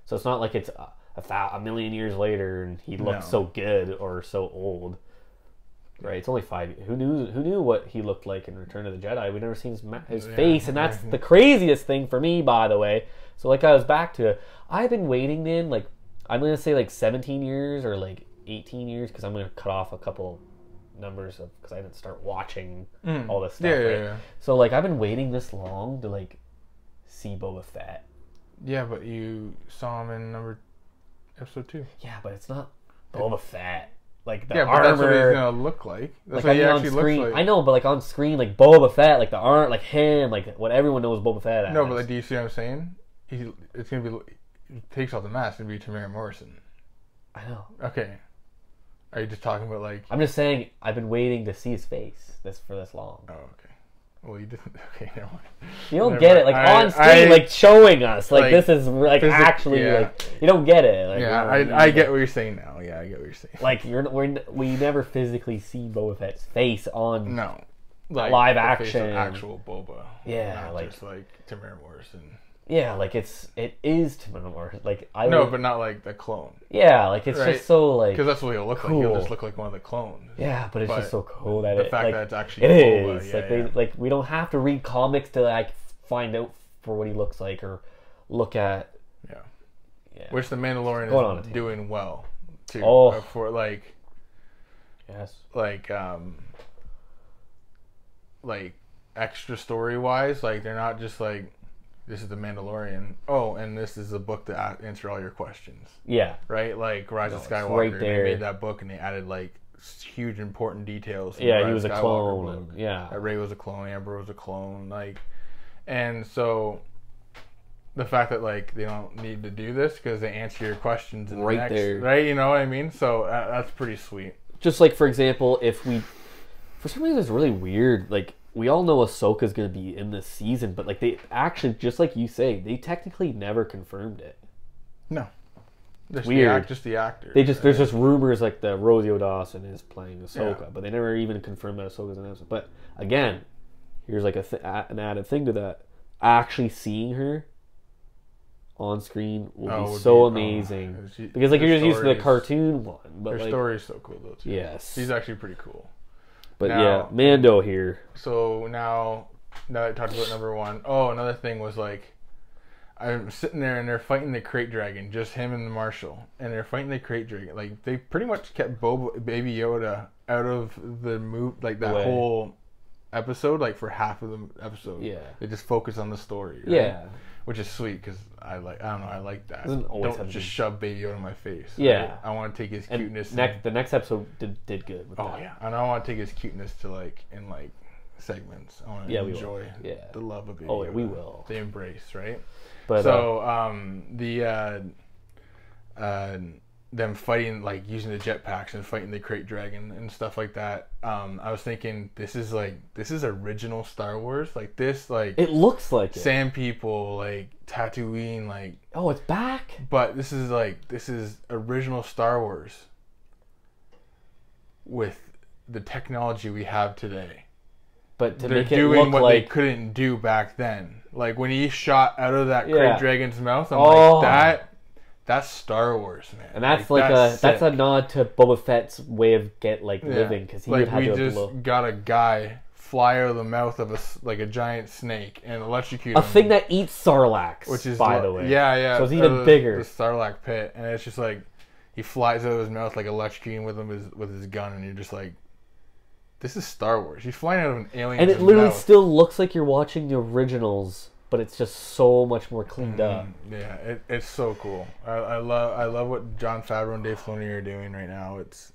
S2: so it's not like it's a, a, thou- a million years later and he looks
S1: No.
S2: so good or so old. Right, it's only five. Who knew? Who knew what he looked like in Return of the Jedi? We've never seen his, ma- his face, and that's the craziest thing for me, by the way. So, like, I was back to, I've been waiting, man. Like, I'm gonna say like 17 years or like 18 years because I'm gonna cut off a couple numbers of because I didn't start watching all this stuff.
S1: Mm. Yeah, yeah,
S2: right?
S1: yeah.
S2: So, like, I've been waiting this long to like see Boba Fett.
S1: Yeah, but you saw him in number episode two.
S2: Yeah, but it's not Boba Fett. Like the
S1: Yeah, but
S2: armor.
S1: that's what he's gonna look like. That's
S2: Like,
S1: what
S2: I
S1: he
S2: mean, on
S1: actually
S2: screen,
S1: looks
S2: I
S1: like.
S2: know, but like on screen, like Boba Fett, like the art, like him, like what everyone knows Boba Fett. As.
S1: no, but like, do you see what I'm saying? He it's gonna be he takes off the mask and be Tamara Morrison.
S2: I know.
S1: Okay. Are you just talking about like?
S2: I'm just saying, I've been waiting to see his face this for this long.
S1: Oh, okay. Well, you didn't. <laughs> Okay, never mind.
S2: You don't
S1: Never
S2: get it, like
S1: mind.
S2: on
S1: I-
S2: screen,
S1: I-
S2: like showing us, like,
S1: like,
S2: this is like
S1: physic-
S2: actually,
S1: yeah.
S2: like you don't get it. Like,
S1: Yeah,
S2: you know,
S1: I, I
S2: you-
S1: get what you're saying now. Yeah, I get what you're saying.
S2: Like you're, we're, n- we never physically see Boba Fett's face on.
S1: No. Like
S2: Live
S1: the face of
S2: action.
S1: actual Boba.
S2: Yeah,
S1: Not
S2: like-
S1: just like Tamara Morrison.
S2: Yeah, like it's it is Timon or like I.
S1: No,
S2: would-
S1: but not like the clone.
S2: yeah, like it's
S1: Right.
S2: just so like.
S1: Because that's what he'll look like. He'll just
S2: Cool.
S1: look like one of the clones.
S2: Yeah, but it's
S1: But
S2: just so cool that
S1: the
S2: it,
S1: fact
S2: like,
S1: that it's actually
S2: it
S1: Boba,
S2: is
S1: yeah,
S2: like they
S1: yeah.
S2: like we don't have to read comics to like find out for what he looks like or look at.
S1: Yeah.
S2: Yeah.
S1: Which the Mandalorian
S2: Going on a
S1: is
S2: tangent.
S1: doing well too.
S2: Oh.
S1: Uh, For like
S2: Yes.
S1: like um like extra story wise, like they're not just like this is the Mandalorian. Oh, and this is the book to a- answer all your questions.
S2: Yeah.
S1: right? Like Rise of
S2: it's
S1: Skywalker,
S2: right
S1: they
S2: there.
S1: made that book and they added like s- huge important details. to the
S2: Yeah,
S1: Rise
S2: he
S1: of
S2: was a
S1: Skywalker
S2: clone.
S1: book.
S2: And, yeah.
S1: That Ray was a clone, Amber was a clone, like, and so the fact that like they don't need to do this because they answer your questions in
S2: Right
S1: the next,
S2: there.
S1: right? You know what I mean? So uh, that's pretty sweet.
S2: Just like for example, if we for some reason it's really weird. Like we all know Ahsoka's gonna be in this season, but like they actually just like you say, they technically never confirmed it.
S1: No, just
S2: Weird.
S1: the act, just the actor.
S2: They just there's just rumors like that Rosie O'Dawson is playing Ahsoka, but they never even confirmed that Ahsoka's an Ahsoka. But again, here's like a th- a- an added thing to that: actually seeing her on screen will
S1: Oh, it
S2: be
S1: would
S2: so
S1: be- oh,
S2: amazing
S1: she-
S2: because like
S1: her
S2: you're just used to the
S1: stories-
S2: cartoon one, but
S1: Her
S2: like
S1: story's so cool though too.
S2: yes,
S1: she's actually pretty cool.
S2: but
S1: now-
S2: yeah, Mando here.
S1: so now now that I talked about number one, oh another thing was like I'm sitting there and they're fighting the crate dragon, just him and the marshal, and they're fighting the crate dragon. Like they pretty much kept Boba, Baby Yoda out of the move, like that
S2: Way.
S1: whole episode, like for half of the episode.
S2: Yeah.
S1: they just focus on the story. right?
S2: Yeah.
S1: which is sweet because I like I don't know I like that.
S2: Doesn't always
S1: don't
S2: have to
S1: just
S2: be-
S1: shove Baby Yoda in my face.
S2: Yeah.
S1: Like, I want to take his
S2: And
S1: cuteness.
S2: next, the next episode did, did good. With
S1: oh
S2: that.
S1: yeah, and I want to take his cuteness to like in like segments. I want to
S2: Yeah, we will.
S1: enjoy
S2: Yeah.
S1: the love of Baby
S2: Oh,
S1: Yoda.
S2: yeah, we will.
S1: The embrace, right?
S2: But uh,
S1: so um, the uh, uh, them fighting like using the jetpacks and fighting the crate dragon and stuff like that. Um, I was thinking this is like this is original Star Wars. Like this like
S2: it looks like it.
S1: sand people like Tatooine like
S2: oh, it's back.
S1: but this is like this is original Star Wars with the technology we have today.
S2: But to
S1: They're
S2: make it
S1: doing
S2: look
S1: what
S2: like
S1: they couldn't do back then. Like when he shot out of that
S2: Yeah.
S1: great dragon's mouth, I'm
S2: Oh.
S1: like that. That's Star Wars, man.
S2: And that's like, a that's a
S1: sick.
S2: nod to Boba Fett's way of get like
S1: Yeah.
S2: living 'cause living because he would
S1: like
S2: have
S1: we
S2: to have
S1: just
S2: blow.
S1: got a guy fly out of the mouth of a s- like a giant snake and electrocute
S2: a
S1: him.
S2: thing that eats sarlacc,
S1: which is
S2: by
S1: li-
S2: the way.
S1: yeah, yeah.
S2: So it's
S1: out
S2: even
S1: of the-
S2: bigger.
S1: The Sarlacc pit, and it's just like he flies out of his mouth like electrocuting with him his, with his gun, and you're just like, this is Star Wars. He's flying out of an alien,
S2: and it literally still looks like you're watching the originals, but it's just so much more cleaned up.
S1: yeah, it, it's so cool. I, I love I love what John Favreau and Dave Filoni are doing right now. It's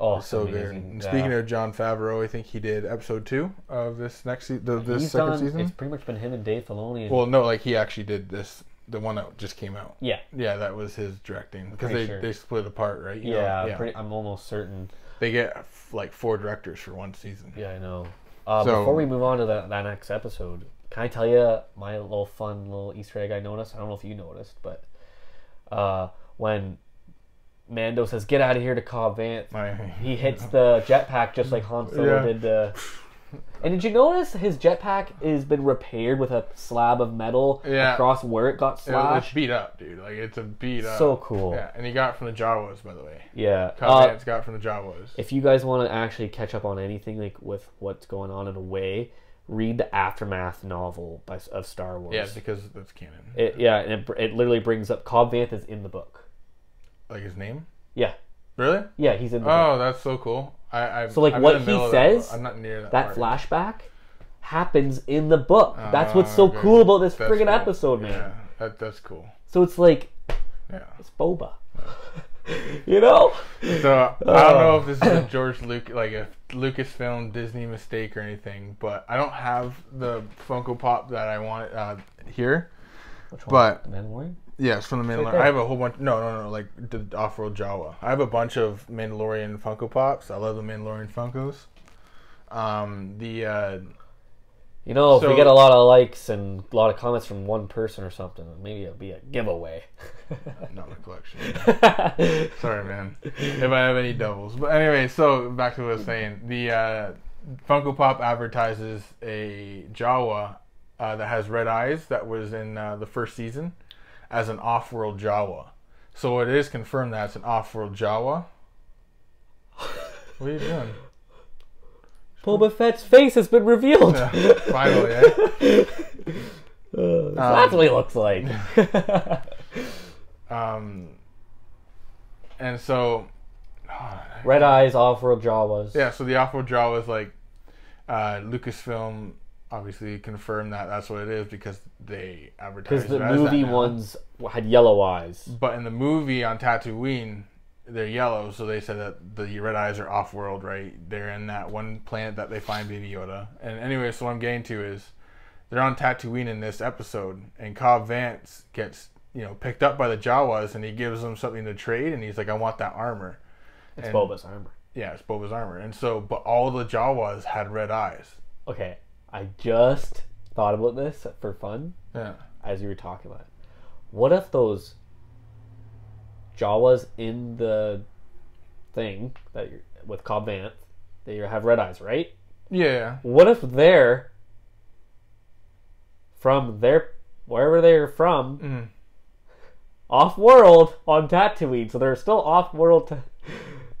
S2: Oh,
S1: so good.
S2: amazing.
S1: And
S2: Yeah.
S1: Speaking of John Favreau, I think he did episode two of this next se- the, this
S2: He's
S1: second
S2: done-
S1: season.
S2: it's pretty much been him and Dave Filoni. and-
S1: Well, no, like he actually did this the one that just came out.
S2: yeah,
S1: Yeah, that was his directing because
S2: Pretty
S1: they,
S2: sure.
S1: they split apart, right? You know,
S2: yeah, Pretty, I'm almost certain.
S1: they get f- like four directors for one season.
S2: Yeah, I know. Uh,
S1: So-
S2: before we move on to that, that next episode, can I tell you my little fun little Easter egg I noticed? I don't know if you noticed, but uh, when Mando says "Get out of here" to Cobb Vanth,
S1: I-
S2: he hits the jetpack just like Han Solo
S1: Yeah.
S2: did. The... <laughs> And did you notice his jetpack has been repaired with a slab of metal
S1: Yeah.
S2: across where it
S1: <laughs> it,
S2: got
S1: it's <laughs>
S2: slashed?
S1: beat up, dude. Like it's a beat up.
S2: So cool. Yeah.
S1: Yeah, and he got it from the Jawas, by the way.
S2: Uh,
S1: Covenant's got it from the Jawas.
S2: if you guys want to actually catch up on anything like with what's going on in a way, read the aftermath novel by, of Star Wars.
S1: yeah, because that's canon.
S2: It, yeah, and it, br- it literally brings up Cobb Vanth is in the book.
S1: like his name.
S2: Yeah,
S1: Really?
S2: yeah, he's in the book.
S1: Oh, that's so cool. I, I
S2: So, like,
S1: I'm in
S2: what
S1: the
S2: he
S1: middle of that
S2: says,
S1: part. I'm not near that.
S2: That
S1: part.
S2: flashback happens in the book. That's what's
S1: Oh,
S2: so
S1: okay.
S2: cool about this
S1: That's
S2: friggin'
S1: cool.
S2: episode, man.
S1: Yeah, that, that's cool.
S2: So it's like <laughs>
S1: Yeah.
S2: it's Boba. you know?
S1: So I don't
S2: Oh.
S1: know if this is a George Luke like a Lucasfilm Disney mistake or anything, but I don't have the Funko Pop that I want uh, here.
S2: Which
S1: But-
S2: The Mandalorian?
S1: Yes, from the Mandalorian.
S2: there.
S1: I have a whole bunch. No, no, no. Like the off-road Jawa. I have a bunch of Mandalorian Funko Pops. I love the Mandalorian Funkos. Um, the uh,
S2: You know, if
S1: So-
S2: we get a lot of likes and a lot of comments from one person or something, maybe it'll be a giveaway. <laughs>
S1: not my collection. Sorry, man. If I have any doubles, but anyway. So back to what I was saying. The uh, Funko Pop advertises a Jawa uh, that has red eyes that was in uh, the first season as an off-world Jawa. So it is confirmed that it's an off-world Jawa. What are you doing?
S2: Boba Fett's face has
S1: <laughs>
S2: been revealed.
S1: Finally, eh?
S2: Uh, that's what he looks like.
S1: Um, and so,
S2: Red eyes, off-world Jawas.
S1: yeah, so the off-world draw was like uh, Lucasfilm obviously confirmed that that's what it is because they advertised
S2: Because the
S1: it as that
S2: movie
S1: now.
S2: ones had yellow eyes.
S1: But in the movie on Tatooine, they're yellow, so they said that the red eyes are off-world, right? They're in that one planet that they find Baby Yoda. And anyway, so what I'm getting to is they're on Tatooine in this episode, and Cobb Vance gets you know picked up by the Jawas, and he gives them something to trade, and he's like, "I want that armor."
S2: It's
S1: And-
S2: Boba's armor.
S1: Yeah, it's Boba's armor, and so but all the Jawas had red eyes.
S2: Okay, I just thought about this for fun.
S1: Yeah,
S2: as you were talking about. it. What if those Jawas in the thing that you're with Cobb Vanth, they have red eyes, right?
S1: yeah,
S2: What if they're from their wherever they're from,
S1: Mhm.
S2: off world on <laughs> Tatooine, so they're still off world to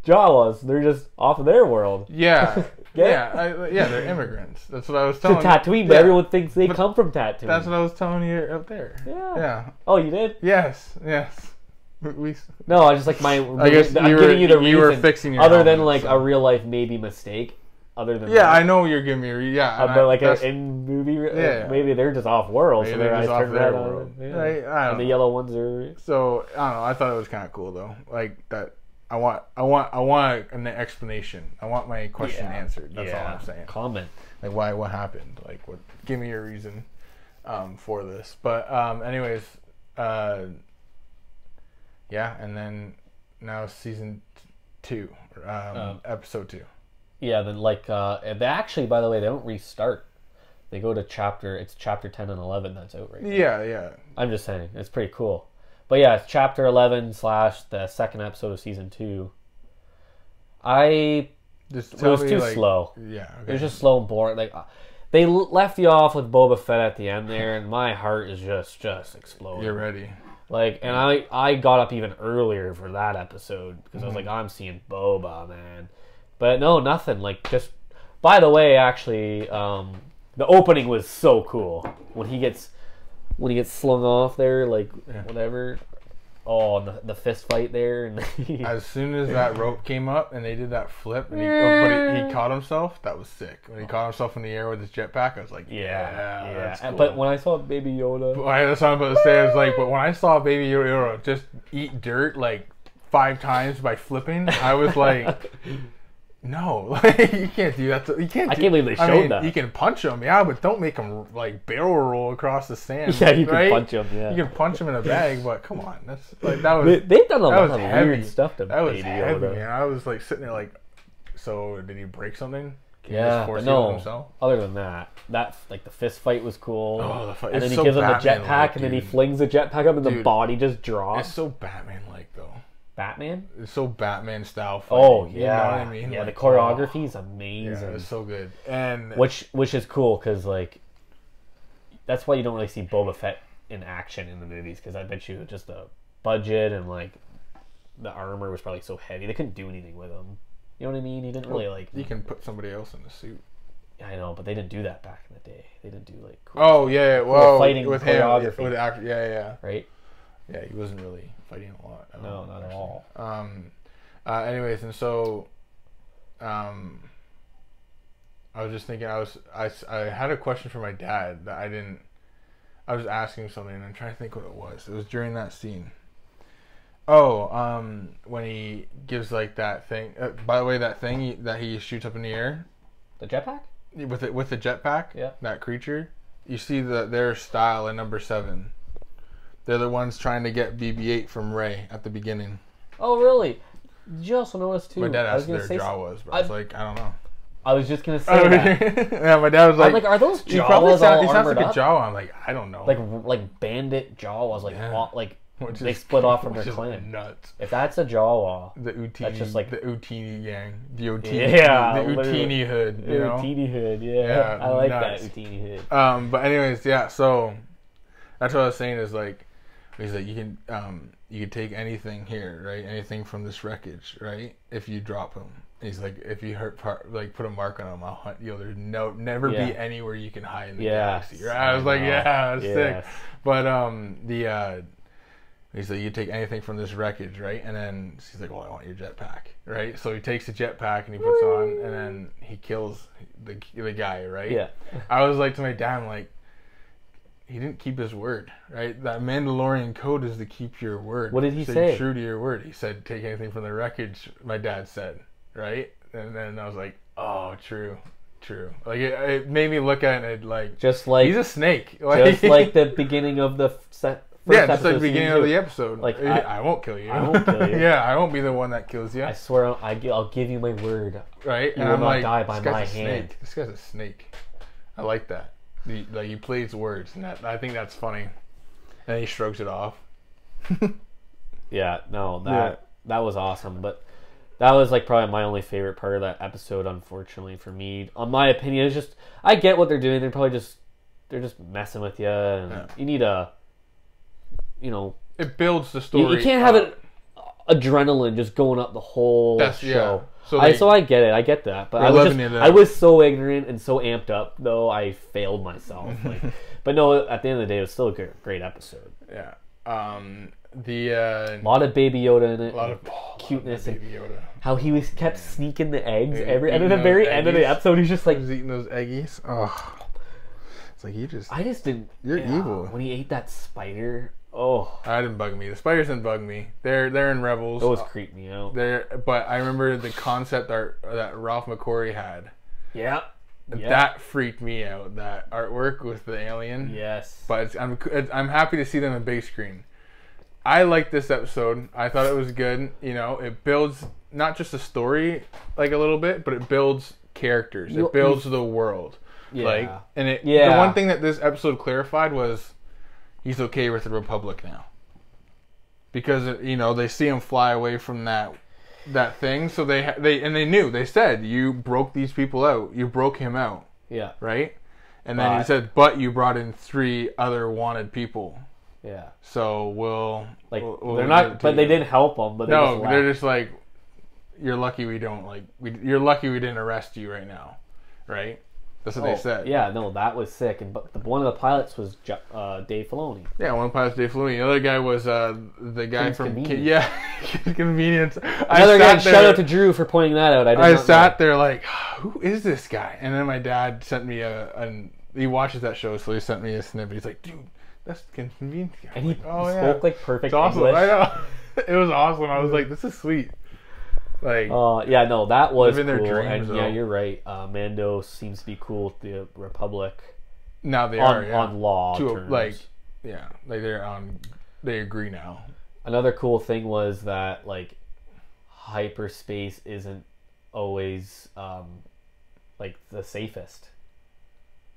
S2: Jawas. They're just off of their world. <laughs>
S1: yeah.
S2: get
S1: Yeah, I, yeah, they're immigrants. That's what I was
S2: to
S1: telling.
S2: Tatooine, but
S1: yeah.
S2: everyone thinks they
S1: But
S2: come from Tatooine.
S1: That's what I was telling you up there.
S2: Yeah.
S1: Yeah.
S2: Oh, you did?
S1: Yes. Yes. We. we
S2: No, I just like my.
S1: I guess
S2: I'm
S1: you were-
S2: giving you the
S1: you were
S2: reason,
S1: fixing your
S2: other than
S1: helmet,
S2: like
S1: so.
S2: a real life maybe mistake. Other than
S1: yeah,
S2: that.
S1: I know you're giving me. A re- yeah.
S2: Uh,
S1: and
S2: but
S1: I-
S2: like a,
S1: that's-
S2: in movie, uh,
S1: Yeah, yeah.
S2: maybe they're just off world, so
S1: maybe
S2: their
S1: they're
S2: eyes
S1: just off
S2: turn red
S1: their
S2: on
S1: world.
S2: it. Yeah.
S1: Right? I
S2: and
S1: don't
S2: the
S1: know.
S2: yellow ones are.
S1: So I don't know. I thought it was kind of cool though. Like that. I want. I want. I want an explanation. I want my question
S2: Yeah.
S1: answered. That's all
S2: Yeah.
S1: I'm saying.
S2: Comment.
S1: Like why? What happened? Like what? Give me a reason um, for this. But um, anyways, uh, yeah. And then now season t- two, um,
S2: Um,
S1: episode two.
S2: Yeah, then like uh, and they actually, by the way, they don't restart. They go to chapter. It's chapter ten and eleven that's out right. now.
S1: Yeah. Yeah.
S2: I'm just saying it's pretty cool. But yeah, it's chapter eleven slash the second episode of season two. I
S1: Just
S2: it was too slow.
S1: Yeah.
S2: It
S1: Okay.
S2: was just slow and boring. Like uh, they l- left you off with Boba Fett at the end there, and my heart is just just exploding.
S1: You're ready.
S2: Like, and I I got up even earlier for that episode because I
S1: Mm-hmm.
S2: was like, I'm seeing Boba, man. But no, nothing. Like, just by the way, actually, um, the opening was so cool when he gets when he gets slung off there, like whatever. Oh, and the, the fist fight there, <laughs> and
S1: As soon as that rope came up and they did that flip and he, oh, but he, he caught himself, that was sick. When he caught himself in the air with his jetpack, I was like, yeah,
S2: yeah,
S1: that's cool.
S2: But when I saw Baby Yoda,
S1: Well, I- that's what I'm about to say. I was like, but when I saw Baby Yoda just eat dirt like five times by flipping, I was
S2: <laughs>
S1: like, no, <laughs> like you can't do that. To, you can't.
S2: I
S1: do-
S2: can't believe they
S1: I
S2: showed
S1: mean,
S2: that.
S1: You can punch him, yeah, but don't make him like barrel roll across the sand.
S2: <laughs> <laughs> Yeah, you can
S1: right?
S2: punch him, yeah.
S1: you can punch him in a bag, but come on, that's like that was
S2: they, they've done a
S1: that
S2: lot
S1: was
S2: of
S1: heavy.
S2: weird stuff to
S1: that was
S2: Baby
S1: heavy,
S2: Yoda.
S1: man. I was like sitting there like, so did he break something? Can he
S2: Yeah,
S1: just force
S2: but
S1: heal
S2: no.
S1: himself?
S2: Other than that, that like the fist fight was cool.
S1: Oh, the fight- it's
S2: and then he
S1: so
S2: gives him the
S1: Batman-like,
S2: jetpack, and then he
S1: dude.
S2: flings the jetpack up, and the
S1: Dude.
S2: body just drops.
S1: It's so Batman like though.
S2: Batman.
S1: It's so Batman style. Fighting,
S2: Oh yeah,
S1: you know what I mean.
S2: yeah.
S1: Like, oh.
S2: the choreography is amazing,
S1: Yeah, it's so good. And
S2: which which is cool because like that's why you don't really see Boba Fett in action in the movies because I bet you just the budget and like the armor was probably so heavy they couldn't do anything with him. You know what I mean? He didn't really like.
S1: you can put somebody else in the suit.
S2: I know, but they didn't do that back in the day. They didn't do like cool,
S1: Oh yeah, yeah, well,
S2: fighting
S1: with him,
S2: choreography.
S1: with act- yeah, yeah, yeah.
S2: right?
S1: Yeah, he wasn't really fighting a lot. I don't
S2: No,
S1: know,
S2: not at
S1: actually.
S2: all.
S1: Um, uh, anyways, and so, um, I was just thinking. I was I, s- I had a question for my dad that I didn't. I was asking something, and I'm trying to think what it was. It was during that scene. Oh, um, when he gives like that thing. Uh, by the way, that thing he, that he shoots up in the air
S2: The jetpack?
S1: with it with the jetpack.
S2: Yeah.
S1: That creature. You see the their style in number seven. They're the ones trying to get BB-8 from Ray at the beginning.
S2: Oh, really? Did you also notice too?
S1: My dad
S2: I was
S1: asked
S2: gonna
S1: their
S2: say.
S1: jaw
S2: some-
S1: was, but I was
S2: I-
S1: like, I don't <laughs> know.
S2: I was just
S1: Oh,
S2: gonna say that.
S1: yeah, <laughs> my dad was
S2: I'm
S1: like,
S2: like, are those
S1: he probably
S2: Jawas
S1: sound,
S2: all
S1: he sounds
S2: armored
S1: like a
S2: up?
S1: Jawa. I'm like, I don't know.
S2: Like like bandit Jawas, like all- like
S1: <laughs> Which
S2: they
S1: is-
S2: split off from
S1: which
S2: their
S1: is
S2: clan.
S1: Nuts.
S2: If that's a Jawa,
S1: The Utini,
S2: just like-
S1: the Utini gang, the Utini,
S2: Yeah,
S1: the
S2: literally.
S1: Utini hood, you know.
S2: Utini hood,
S1: Yeah,
S2: yeah, I like
S1: nuts.
S2: that Utini hood.
S1: Um, but anyways, yeah. So that's what I was saying is like, he's like you can um you can take anything here, right? Anything from this wreckage, right? If you drop him, he's like if you hurt part like put a mark on him, I'll hunt you. There's no never
S2: Yeah.
S1: be anywhere you can hide in the
S2: Yes,
S1: galaxy. Right? I was
S2: I
S1: like,
S2: know.
S1: yeah, that's
S2: Yes.
S1: sick. But um the uh. He's like, you take anything from this wreckage, right? And then she's like, well, I want your jetpack, right? So he takes the jetpack and he puts it on, and then he kills the, the guy, right?
S2: Yeah,
S1: I was like to my dad, I'm like, he didn't keep his word, right? That Mandalorian code is to keep your word.
S2: What did he
S1: Stay
S2: say?
S1: True to your word. He said, take anything from the wreckage. My dad said, right? And then I was like, oh, true, true. Like it, it made me look at it like
S2: just like
S1: he's a snake. <laughs>
S2: just like the beginning of the f- se- first
S1: yeah, just
S2: episode
S1: like the beginning
S2: season
S1: of
S2: two.
S1: the episode.
S2: Like,
S1: I,
S2: I-
S1: I won't kill you.
S2: I won't kill you.
S1: <laughs> yeah, I won't be the one that kills you.
S2: I swear, I'll, I gi- I'll give you my word.
S1: right?
S2: You will not die by
S1: this guy's
S2: my
S1: a
S2: hand."
S1: Snake. This guy's a snake. I like that. The, like he plays words, and that, I think that's funny. And he strokes it off.
S2: Yeah, no, that
S1: Yeah.
S2: that was awesome. But that was like probably my only favorite part of that episode. Unfortunately for me, on my opinion, it's just I get what they're doing. They're probably just they're just messing with you, and
S1: Yeah.
S2: you need a you know
S1: It builds the story.
S2: you, you can't have
S1: up.
S2: it adrenaline just going up the whole
S1: That's- yeah.
S2: show.
S1: So
S2: I
S1: they-
S2: so I get it. I get that. But
S1: They're
S2: I was
S1: loving
S2: just,
S1: it, uh,
S2: I was so ignorant and so amped up though. I failed myself.
S1: <laughs>
S2: Like, but no, at the end of the day, it was still a gr- great episode.
S1: Yeah. Um, the uh,
S2: A lot of Baby Yoda in it.
S1: a lot of
S2: cuteness and
S1: Baby Yoda.
S2: how he was kept sneaking the eggs
S1: Yeah,
S2: every. And at the
S1: eating
S2: very
S1: those
S2: end of the
S1: eggies.
S2: episode, he's just like,
S1: He's eating those eggies. Oh, it's like you just. I,
S2: I just didn't.
S1: You're
S2: Yeah,
S1: evil.
S2: When he ate that spider, oh,
S1: Ah, didn't bug me. The spiders didn't bug me. They're they're in Rebels.
S2: those creeped me out.
S1: They're, but I remember the concept art that Ralph McQuarrie had.
S2: Yeah. Yeah.
S1: That freaked me out. That artwork with the alien.
S2: Yes.
S1: But it's, I'm it's, I'm happy to see them in big screen. I liked this episode. I thought it was good. You know, it builds not just the story like a little bit, but it builds characters.
S2: You-
S1: It builds the world.
S2: yeah.
S1: Like, and it. The
S2: Yeah.
S1: one thing that this episode clarified was, he's okay with the Republic now. Because you know they see him fly away from that, that thing. So they ha- they and they knew. They said you broke these people out. You broke him out,
S2: yeah.
S1: right? And then he
S2: But-
S1: said, but you brought in three other wanted people.
S2: Yeah.
S1: So we'll
S2: Like
S1: we'll- we'll
S2: they're
S1: give it
S2: not,
S1: to
S2: but they
S1: you."
S2: didn't help him. But they
S1: No,
S2: just
S1: they're
S2: laughed.
S1: just like, you're lucky we don't like we. You're lucky we didn't arrest you right now, right? That's what
S2: Oh,
S1: they said.
S2: Yeah, no, that was sick. And but the, one of the pilots was Ju- uh, Dave Filoni.
S1: Yeah, one pilot's Dave Filoni. The other guy was uh, the guy
S2: Kim's
S1: from Ki-
S2: Convenience.
S1: yeah, <laughs> Kim's Convenience.
S2: Another
S1: I
S2: guy.
S1: sat there,
S2: Shout out to Drew for pointing that out. I, did
S1: I
S2: not know.
S1: sat there like, who is this guy? And then my dad sent me a, an he watches that show, so he sent me a snippet. He's like, dude, that's the Kim's Convenience guy.
S2: And he
S1: I'm like, oh yeah,
S2: spoke like perfect
S1: it's awesome.
S2: English.
S1: I know. <laughs> it was awesome. I was like, this is sweet. Like,
S2: Uh, yeah, no, that was
S1: Living their
S2: cool.
S1: dreams,
S2: and
S1: though.
S2: yeah, you're right. Uh, Mando seems to be cool with the Republic
S1: now they
S2: on,
S1: are yeah.
S2: on law
S1: To a-
S2: terms.
S1: like, yeah, like they're on. They agree now.
S2: Another cool thing was that like hyperspace isn't always um, like the safest.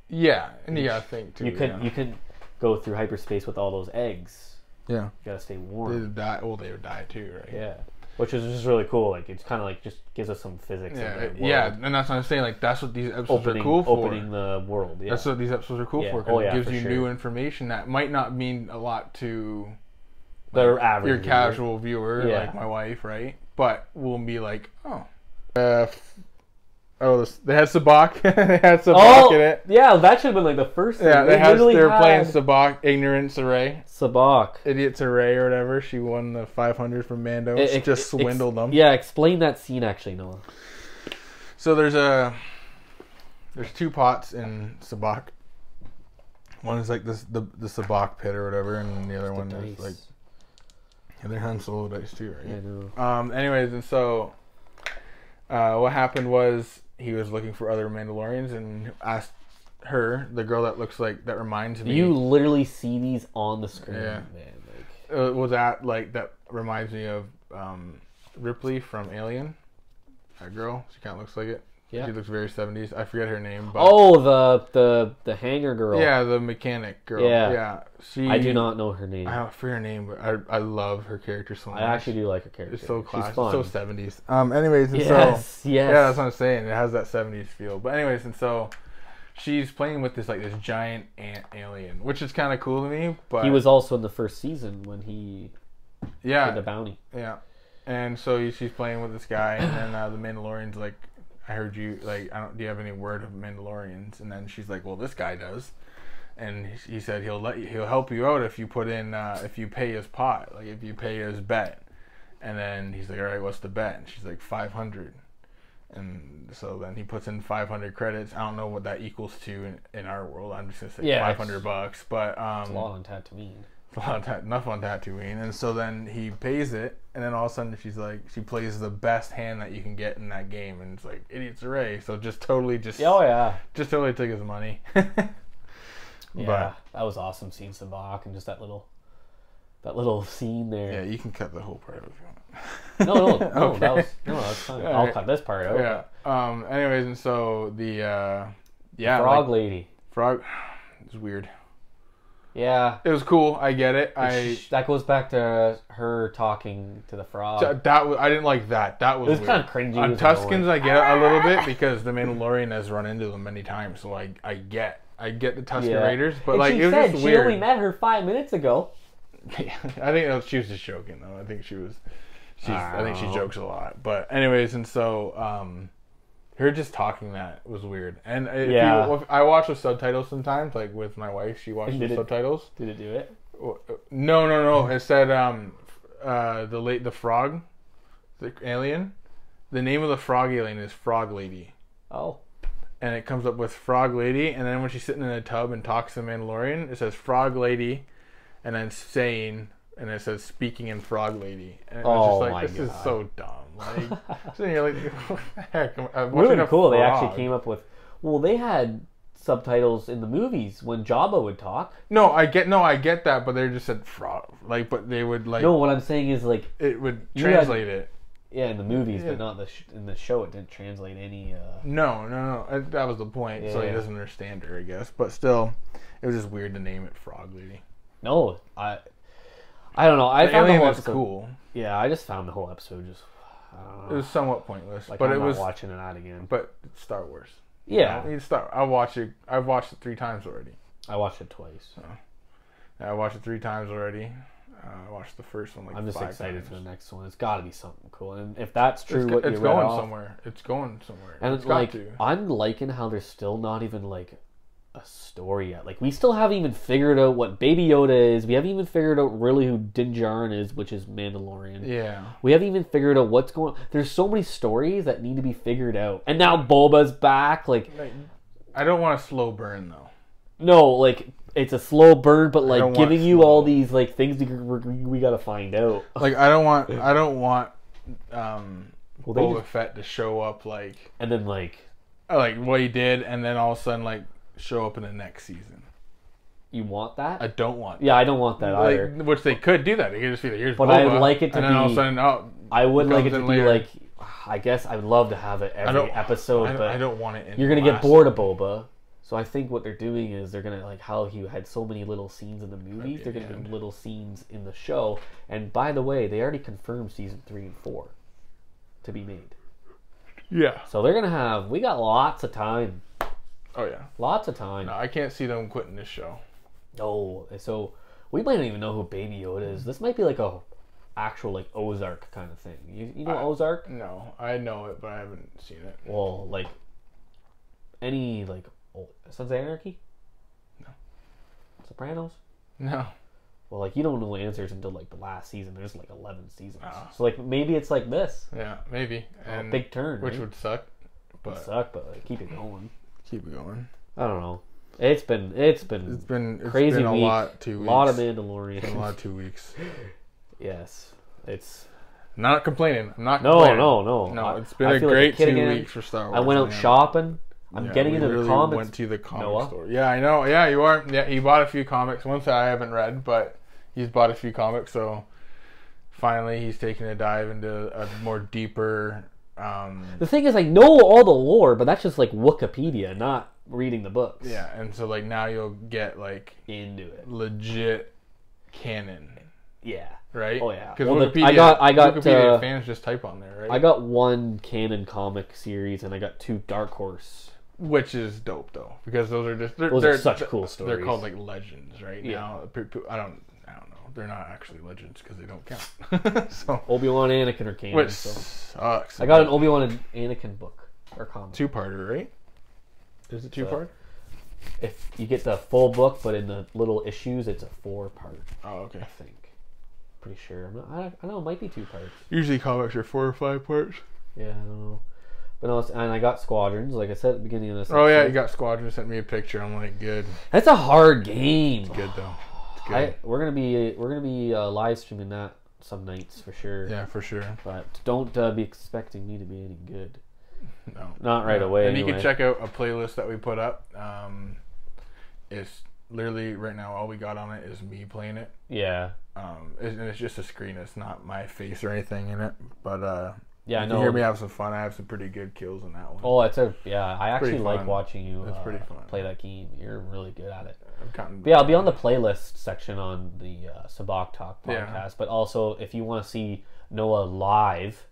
S1: Yeah, and you gotta think too.
S2: You could
S1: yeah.
S2: you could go through hyperspace with all those eggs.
S1: yeah.
S2: You gotta stay
S1: They
S2: warm.
S1: would die. Well, they would die too, right?
S2: Yeah, which is just really cool. Like it's kind of like just gives us some physics.
S1: Yeah,
S2: in the world.
S1: yeah, and that's what I'm saying. Like that's what these episodes
S2: Opening
S1: are cool for.
S2: opening the world. Yeah.
S1: That's what these episodes are cool
S2: Yeah.
S1: for. 'cause
S2: Oh,
S1: it
S2: yeah,
S1: gives
S2: for
S1: you
S2: sure.
S1: new information that might not mean a lot to
S2: They're average.
S1: your casual viewer,
S2: Yeah.
S1: like my wife, right? But will be like, oh, uh, f- oh, this, they had Sabak. <laughs> they had Sabak
S2: Oh,
S1: in it.
S2: yeah, that should have been like the first. Thing.
S1: Yeah, they, had.
S2: literally
S1: They're playing
S2: had
S1: Sabak, Ignorance Array,
S2: Sabak.
S1: Idiots Array, or whatever. She won the 500 from Mando. She
S2: Ex-
S1: just
S2: ex-
S1: swindled them.
S2: Yeah, explain that scene actually, Noah.
S1: So there's a there's two pots in Sabak. One is like this the the Sabak pit or whatever, and the other one is
S2: Dice.
S1: like and they're Han Solo dice too,
S2: I
S1: right?
S2: know.
S1: Um. Anyways, and so uh, what happened was he was looking for other Mandalorians and asked her, the girl that looks like that reminds me,
S2: You literally see these on the screen,
S1: Yeah.
S2: man. Like,
S1: uh, was that like that reminds me of um, Ripley from Alien. That girl, she kind of looks like it.
S2: Yeah.
S1: She looks very 70s. I forget her name, but
S2: oh, the the the hanger girl.
S1: Yeah, the mechanic girl. Yeah,
S2: Yeah.
S1: she.
S2: I do not know her name.
S1: I
S2: I,
S1: don't for her name, but I I love her character so much.
S2: actually do like her character.
S1: it's so
S2: She's
S1: classic,
S2: fun.
S1: so seventies. Um, anyways, and so
S2: yes, yes.
S1: yeah, that's what I'm saying. It has that seventies feel. But anyways, and so she's playing with this like this giant ant alien, which is kind of cool to me. But
S2: he was also in the first season when he
S1: yeah,
S2: did the bounty.
S1: Yeah, and so he- she's playing with this guy, and then uh, the Mandalorian's like, "I heard you like, I don't. Do you have any word of Mandalorians?" And then she's like, "Well, this guy does," and he he said he'll let you, he'll help you out if you put in uh, if you pay his pot, like if you pay his bet. And then he's like, "All right, what's the bet?" And she's like, 500 and so then he puts in 500 credits. I don't know what that equals to in, in our world. I'm just gonna say
S2: Yeah,
S1: 500 bucks, but um,
S2: Law on Tatooine.
S1: on ta- enough on Tatooine, and so then he pays it, and then all of a sudden she's like, she plays the best hand that you can get in that game, and it's like idiots array. So just totally, just
S2: Oh yeah,
S1: just totally took his money. <laughs>
S2: yeah.
S1: But-
S2: that was awesome seeing Sabak and just that little, that little scene there.
S1: yeah, you can cut the whole part if you want.
S2: No, no, no,
S1: <laughs> Okay.
S2: that was no, that's fine.
S1: All
S2: I'll
S1: right.
S2: cut this part out.
S1: Yeah. Um. Anyways, and so the uh, yeah,
S2: Frog
S1: like,
S2: lady.
S1: frog. <sighs> It's weird.
S2: Yeah.
S1: It was cool. I get it. I
S2: Sh- that goes back to her talking to the frog.
S1: that, that was, I didn't like that. That was
S2: Um, it was
S1: weird.
S2: kind of cringy.
S1: On
S2: it was annoying.
S1: Tuscans, I get it a little bit because the Mandalorian has run into them many times, so I I get I get the Tuscan
S2: Yeah.
S1: Raiders, but
S2: And
S1: like
S2: she
S1: it was
S2: said
S1: just <laughs>
S2: she
S1: weird.
S2: only met her five minutes ago.
S1: I think that was- she was just joking though. I think she was She's, I think she jokes a lot. But anyways, and so um, her just talking that was weird. And uh, if
S2: Yeah.
S1: you, if I watch with subtitles sometimes, like with my wife, she watches
S2: Did
S1: with
S2: it-
S1: subtitles.
S2: Did it do it?
S1: No, no, no. It said um, uh, the late the frog, the alien. The name of the frog alien is Frog Lady,
S2: Oh.
S1: and it comes up with Frog Lady. And then when she's sitting in a tub and talks to Mandalorian, it says Frog Lady, and then saying, and it says speaking in Frog Lady. And it
S2: Oh
S1: was just
S2: my
S1: like, this
S2: God.
S1: is so dumb. Like, <laughs> sitting here like, what the heck? I'm- I'm watching
S2: Really
S1: a
S2: cool. They
S1: frog.
S2: actually came up with. Well, they had subtitles in the movies when Jabba would talk.
S1: No, I get no, I get that, but they just said frog. Like, but they would like
S2: No, what I'm saying is like
S1: it would
S2: had-
S1: translate it.
S2: yeah, in the movies,
S1: Yeah.
S2: but not the sh- in the show. It didn't translate any. Uh,
S1: No, no, no. uh, That was the point. So he
S2: Yeah.
S1: doesn't understand her, I guess. But still, it was just weird to name it Frog Lady.
S2: no, I. I don't know. I
S1: The
S2: found the
S1: alien
S2: whole
S1: was
S2: episode.
S1: cool.
S2: Yeah, I just found the whole episode just. I don't
S1: It
S2: know.
S1: was somewhat pointless,
S2: like
S1: but
S2: I'm
S1: it
S2: not
S1: was.
S2: watching it out again.
S1: But it's Star Wars.
S2: Yeah,
S1: It's Star. I watch it. I've watched it three times already.
S2: I watched it twice.
S1: I watched it three times already. Uh, I watched the first one like
S2: I'm just
S1: five
S2: excited
S1: times.
S2: for the next one. It's got to be something cool. And if that's true,
S1: It's,
S2: what
S1: it's
S2: you read
S1: going
S2: off-
S1: somewhere. It's going somewhere.
S2: And
S1: it's got
S2: like,
S1: to.
S2: I'm liking how there's still not even like a story yet. Like, we still haven't even figured out what Baby Yoda is. We haven't even figured out really who Din Djarin is, which is Mandalorian.
S1: Yeah.
S2: We haven't even figured out what's going. There's so many stories that need to be figured out. And now Bulba's back. Like,
S1: Like, I don't want a slow burn
S2: <laughs>
S1: though.
S2: no, like it's a slow burn, but
S1: don't
S2: like
S1: want
S2: giving you
S1: slow.
S2: all these like things we, we, we got to find
S1: <laughs>
S2: out.
S1: Like I don't want. I don't want. Um,
S2: Well, they
S1: Boba
S2: just,
S1: Fett to show up like.
S2: and then like
S1: I like what he did, and then all of a sudden like show up in the next season.
S2: you want that.
S1: I don't want
S2: yeah, I don't want that
S1: like,
S2: either.
S1: which they could do that. They could just be like, "Here's
S2: But I'd
S1: Boba,"
S2: like it to
S1: and then all of a
S2: be-
S1: sudden, oh,
S2: I would like it
S1: comes
S2: to
S1: in
S2: be
S1: later.
S2: like, I guess I would love to have it every
S1: don't-
S2: episode,
S1: I don't,
S2: but
S1: I don't want it. In
S2: you're gonna
S1: the
S2: get
S1: last-
S2: bored of Boba. So I think what they're doing is they're gonna like how he had so many little scenes in the movies. They're gonna do little scenes in the show. And by the way, they already confirmed season three and four to be made.
S1: Yeah.
S2: So they're gonna have we got lots of time,
S1: Oh yeah.
S2: lots of time.
S1: No, I can't see them quitting this show.
S2: No, so we might not even know who Baby Yoda is. This might be like a actual like Ozark kind of thing. You, you know Ozark?
S1: No, I know it, but I haven't seen it.
S2: Well, like any like old, Sons of Anarchy, no, Sopranos.
S1: No.
S2: Well, like you don't know answers until like the last season. There's like eleven seasons,
S1: Ah.
S2: so like maybe it's like this
S1: Yeah, maybe. And
S2: Oh, big turn,
S1: which
S2: right?
S1: would suck. But
S2: suck, but like, keep it going.
S1: keep going.
S2: I don't know. It's been it's been
S1: It's been it's
S2: crazy
S1: been a
S2: week.
S1: lot two weeks.
S2: lot of
S1: a
S2: Mandalorian.
S1: lot of two weeks.
S2: yes, it's
S1: Not complaining. I'm not
S2: no,
S1: complaining.
S2: no, no.
S1: No,
S2: I-
S1: it's been
S2: I
S1: a
S2: feel like
S1: great
S2: kid
S1: two
S2: again.
S1: weeks for Star Wars.
S2: I went out
S1: man.
S2: shopping. I'm
S1: Yeah,
S2: getting
S1: we
S2: into
S1: really
S2: the comments.
S1: Went to the comic
S2: Noah.
S1: store. Yeah, I know. Yeah, you are. Yeah, he bought a few comics. Ones that I haven't read, but he's bought a few comics. So finally, he's taking a dive into a more deeper. Um,
S2: The thing is, I know all the lore, but that's just like Wikipedia, not reading the books.
S1: yeah, and so like now you'll get like
S2: into it.
S1: legit canon,
S2: Yeah,
S1: right?
S2: Oh, yeah.
S1: Because
S2: Well, the-
S1: Wikipedia,
S2: I got- I got,
S1: Wikipedia
S2: uh,
S1: fans just type on there, right?
S2: I got one canon comic series, and I got two Dark Horse.
S1: Which is dope though, because those are just they're,
S2: Those are
S1: they're
S2: such cool
S1: They're
S2: stories.
S1: called like legends, right?
S2: Yeah.
S1: Now, pe- pe- I don't, I don't know. They're not actually legends because they don't count. <laughs> so.
S2: Obi Wan Anakin are canon.
S1: Which
S2: so.
S1: sucks.
S2: I got an Obi Wan and Anakin book or comic.
S1: two parter, right? Is it two part?
S2: If you get the full book, but in the little issues, it's a four part.
S1: Oh, okay.
S2: I think. Pretty sure. I'm not, I, I don't know. It might be two parts.
S1: Usually comics are four or five parts.
S2: Yeah, I don't know. But no, it's, and I got Squadrons, like I said at the beginning of this.
S1: Oh yeah, you
S2: episode.
S1: got Squadron sent me a picture. I'm like, good,
S2: that's a hard game.
S1: good though. It's good.
S2: I, we're gonna be we're gonna be uh, live streaming that some nights for sure.
S1: yeah, for sure.
S2: But don't uh, be expecting me to be any good.
S1: No,
S2: Not right away.
S1: And you
S2: anyway.
S1: can check out a playlist that we put up. Um, it's literally right now all we got on it is me playing it.
S2: Yeah.
S1: Um, it- and it's just a screen. It's not my face or anything in it. But uh,
S2: Yeah, I
S1: you
S2: know.
S1: can hear me have some fun. I have some pretty good kills in that one.
S2: Oh, it's a yeah. I actually
S1: pretty
S2: like
S1: fun.
S2: watching you
S1: It's
S2: uh,
S1: pretty fun.
S2: play that game. You're really good at it.
S1: I've gotten
S2: But yeah, I'll be on the playlist section on the uh, Sabak Talk podcast.
S1: Yeah.
S2: But also, if you want to see Noah live,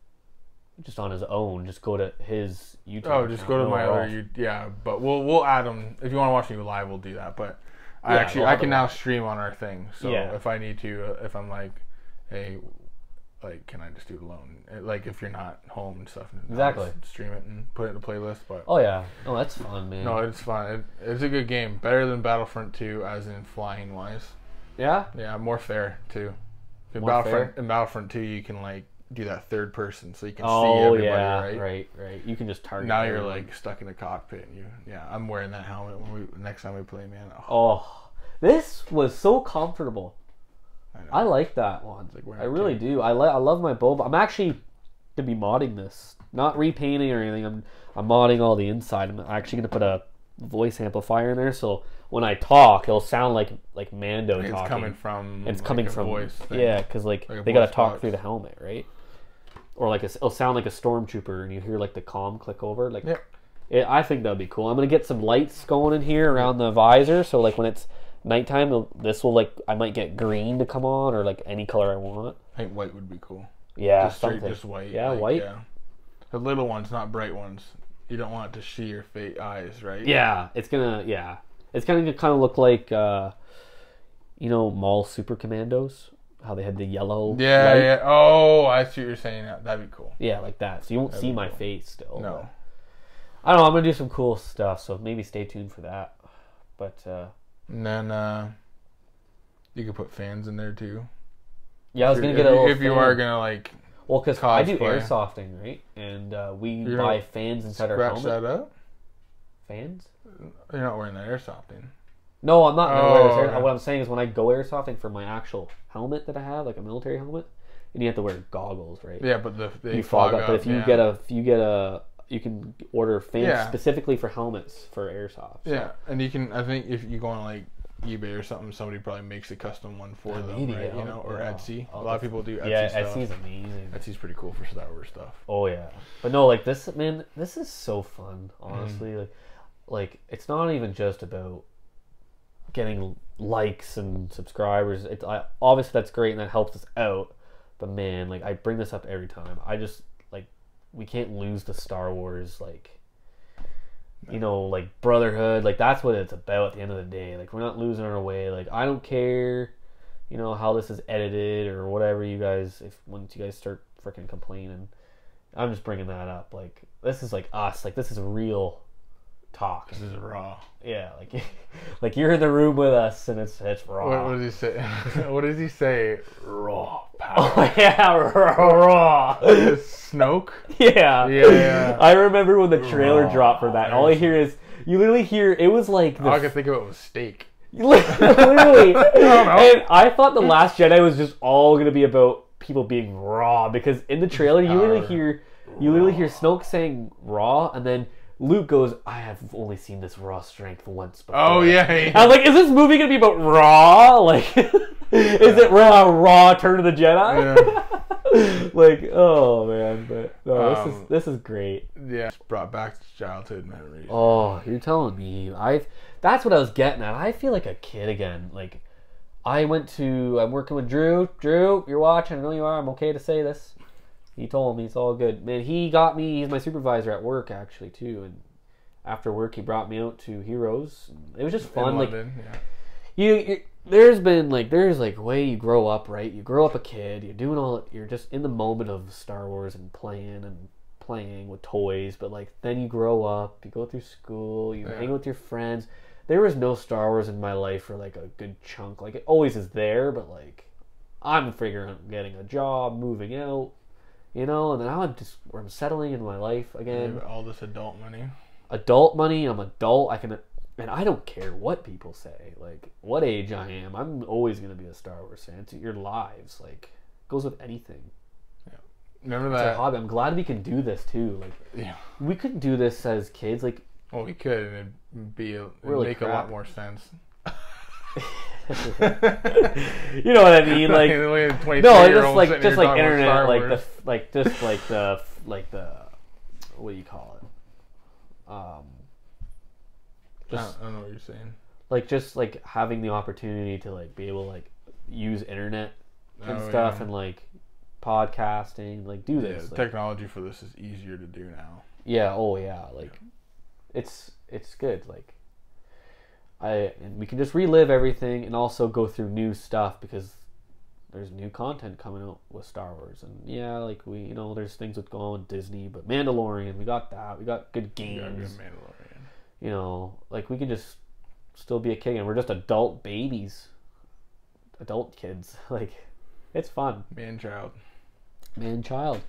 S2: just on his own, just go to his YouTube.
S1: Oh, just go to
S2: account,
S1: my
S2: Noah
S1: other.
S2: Rolfe.
S1: You, yeah, but we'll we'll add them if you want to watch me live. We'll do that. But I
S2: Yeah,
S1: actually
S2: we'll
S1: I
S2: have
S1: can
S2: it
S1: now stream on our thing. So
S2: Yeah.
S1: if I need to, uh, if I'm like, hey, like, can I just do it alone? Uh, Like, if you're not home and stuff, and I'll
S2: Exactly.
S1: just stream it and put it in a playlist. But
S2: Oh yeah. Oh, that's fun, man.
S1: no, it's fun. It, it's a good game, better than Battlefront 2, as in flying wise.
S2: yeah.
S1: Yeah, more fair too. In
S2: More
S1: Battlefront, in Battlefront 2, you can like do that third person, so you can see
S2: Oh
S1: everybody,
S2: yeah.
S1: right?
S2: Right? right. You can just target.
S1: Now you're
S2: everyone.
S1: like stuck in a cockpit. And you, yeah, I'm wearing that helmet when we next time we play, man. Oh,
S2: Oh, this was so comfortable.
S1: I know.
S2: I like that one.
S1: like we're
S2: I
S1: not
S2: really do. I like. I love my boba. I'm actually gonna be modding this, not repainting or anything. I'm I'm modding all the inside. I'm actually gonna put a voice amplifier in there, so when I talk, it'll sound like like Mando
S1: it's
S2: talking.
S1: coming from.
S2: it's
S1: like,
S2: coming
S1: a
S2: from
S1: voice thing.
S2: yeah, because like,
S1: Like a
S2: they gotta
S1: voice
S2: talk
S1: box.
S2: through the helmet, right? Or like a, it'll sound like a stormtrooper, and you hear like the comm click over. Like
S1: Yeah.
S2: it, I think that'd be cool. I'm gonna get some lights going in here around the visor, so like when it's nighttime, it'll- this will like I might get green to come on or like any color I want.
S1: I think white would be cool.
S2: Yeah,
S1: just straight,
S2: something.
S1: just white.
S2: Yeah,
S1: like,
S2: white.
S1: Yeah. The little ones, not bright ones. You don't want it to see your fake eyes, right?
S2: Yeah, it's gonna yeah, it's gonna kind of look like uh, you know, mall super commandos, how they had the yellow.
S1: Yeah,
S2: light.
S1: yeah. Oh, I see what you're saying. That- That'd be cool.
S2: Yeah, like that. So you won't see
S1: be
S2: my face still.
S1: No.
S2: I don't know. I'm gonna do some cool stuff, so maybe stay tuned for that. But uh,
S1: And then uh, you could put fans in there too.
S2: yeah, I was gonna
S1: if
S2: get a
S1: you-
S2: little.
S1: if you
S2: fan.
S1: are gonna like
S2: well, because I do
S1: cosplay.
S2: airsofting, right? And uh, we
S1: You're
S2: buy
S1: not-
S2: fans inside our
S1: scratch
S2: helmet.
S1: that up,
S2: Fans?
S1: you're not wearing that airsofting.
S2: No, I'm not. Gonna wear this
S1: Oh,
S2: air-
S1: okay.
S2: What I'm saying is, when I go airsofting for my actual helmet that I have, like a military helmet, and you have to wear goggles, right?
S1: Yeah, but the they
S2: you fog up. But if you
S1: yeah.
S2: get a, if you get a, you can order fans
S1: Yeah.
S2: specifically for helmets for airsoft.
S1: yeah, and you can I think if you go on like eBay or something, somebody probably makes a custom one for them,
S2: Maybe,
S1: right?
S2: I'll-
S1: You know, or
S2: yeah,
S1: Etsy.
S2: I'll
S1: a lot of
S2: def-
S1: people do Etsy
S2: yeah,
S1: stuff.
S2: Etsy's amazing.
S1: Etsy's pretty cool for Star Wars stuff.
S2: Oh yeah, but no, like this man, this is so fun. Honestly, like, like it's not even just about getting likes and subscribers. It's I, obviously that's great and that helps us out. But man, like I bring this up every time. I just like we can't lose the Star Wars like. You know, like brotherhood, like that's what it's about at the end of the day. Like we're not losing our way. Like I don't care you know how this is edited or whatever you guys if once you guys start freaking complaining i'm just bringing that up like this is like us like this is real talk
S1: This is raw.
S2: yeah like <laughs> like you're in the room with us and it's it's raw
S1: What, what does he say? <laughs> what does he say? Raw power.
S2: oh yeah <laughs> raw <laughs>
S1: Snoke.
S2: yeah
S1: Yeah.
S2: i remember when the trailer
S1: Raw.
S2: dropped for that and all i hear is you literally hear it was like the
S1: All I could think of it was steak. <laughs>
S2: <laughs> Literally.
S1: know.
S2: and I thought The Last Jedi was just all going to be about people being raw because in the trailer you literally
S1: Power.
S2: hear you literally hear Snoke saying raw and then Luke goes, "I have only seen this raw strength once before."
S1: Oh yeah.
S2: <laughs>
S1: yeah.
S2: I was like, "Is this movie going to be about raw? <laughs> Like is it raw raw turn of the Jedi?"
S1: yeah.
S2: <laughs> like, oh man, but no, this
S1: Um,
S2: is this is great.
S1: Yeah, it's brought back childhood memories.
S2: Oh, you're telling me I that's what I was getting at. I feel like a kid again. Like I went to I'm working with Drew. Drew, you're watching. I know you are. I'm okay to say this. He told me it's all good. Man, he got me. He's my supervisor at work actually too. And after work, he brought me out to Heroes. It was just
S1: in
S2: fun. Like
S1: London, yeah.
S2: you, you there's been like there's like way you grow up right you grow up a kid you're doing all you're just in the moment of star wars and playing and playing with toys but like then you grow up you go through school you hang out with your friends there was no star wars in my life for like a good chunk like it always is there but like i'm figuring out getting a job moving out you know and then i'm just where i'm settling in my life again
S1: Give it all this adult money.
S2: adult money. I'm adult. I can, and I don't care what people say, like what age I am. I'm always gonna be a Star Wars fan. It's your lives, like goes with anything.
S1: Remember
S2: It's a
S1: that?
S2: hobby. I'm glad we can do this too. Like
S1: Yeah.
S2: we could do this as kids. Like
S1: Well, we could, and it'd be it'd
S2: Really
S1: make a
S2: crap.
S1: lot more
S2: <laughs>
S1: sense.
S2: you know what
S1: <laughs>
S2: I mean? Like no, just like just like internet, like the like just like the like the what do you call it? Um, just
S1: I don't know what you're saying.
S2: like just like having the opportunity to like be able to like use internet and
S1: Oh,
S2: stuff
S1: yeah.
S2: and like podcasting like do
S1: Yeah,
S2: this
S1: the
S2: like-
S1: technology for this is easier to do now.
S2: yeah oh yeah like it's it's good like i and we can just relive everything and also go through new stuff because there's new content coming out with Star Wars, and yeah, like we, you know, there's things that go on with Disney, but Mandalorian, we got that, we got good
S1: You gotta be a
S2: games,
S1: Mandalorian.
S2: you know, like we can just still be a kid, and we're just adult babies, adult kids, <laughs> like it's fun,
S1: Man child.
S2: man, child.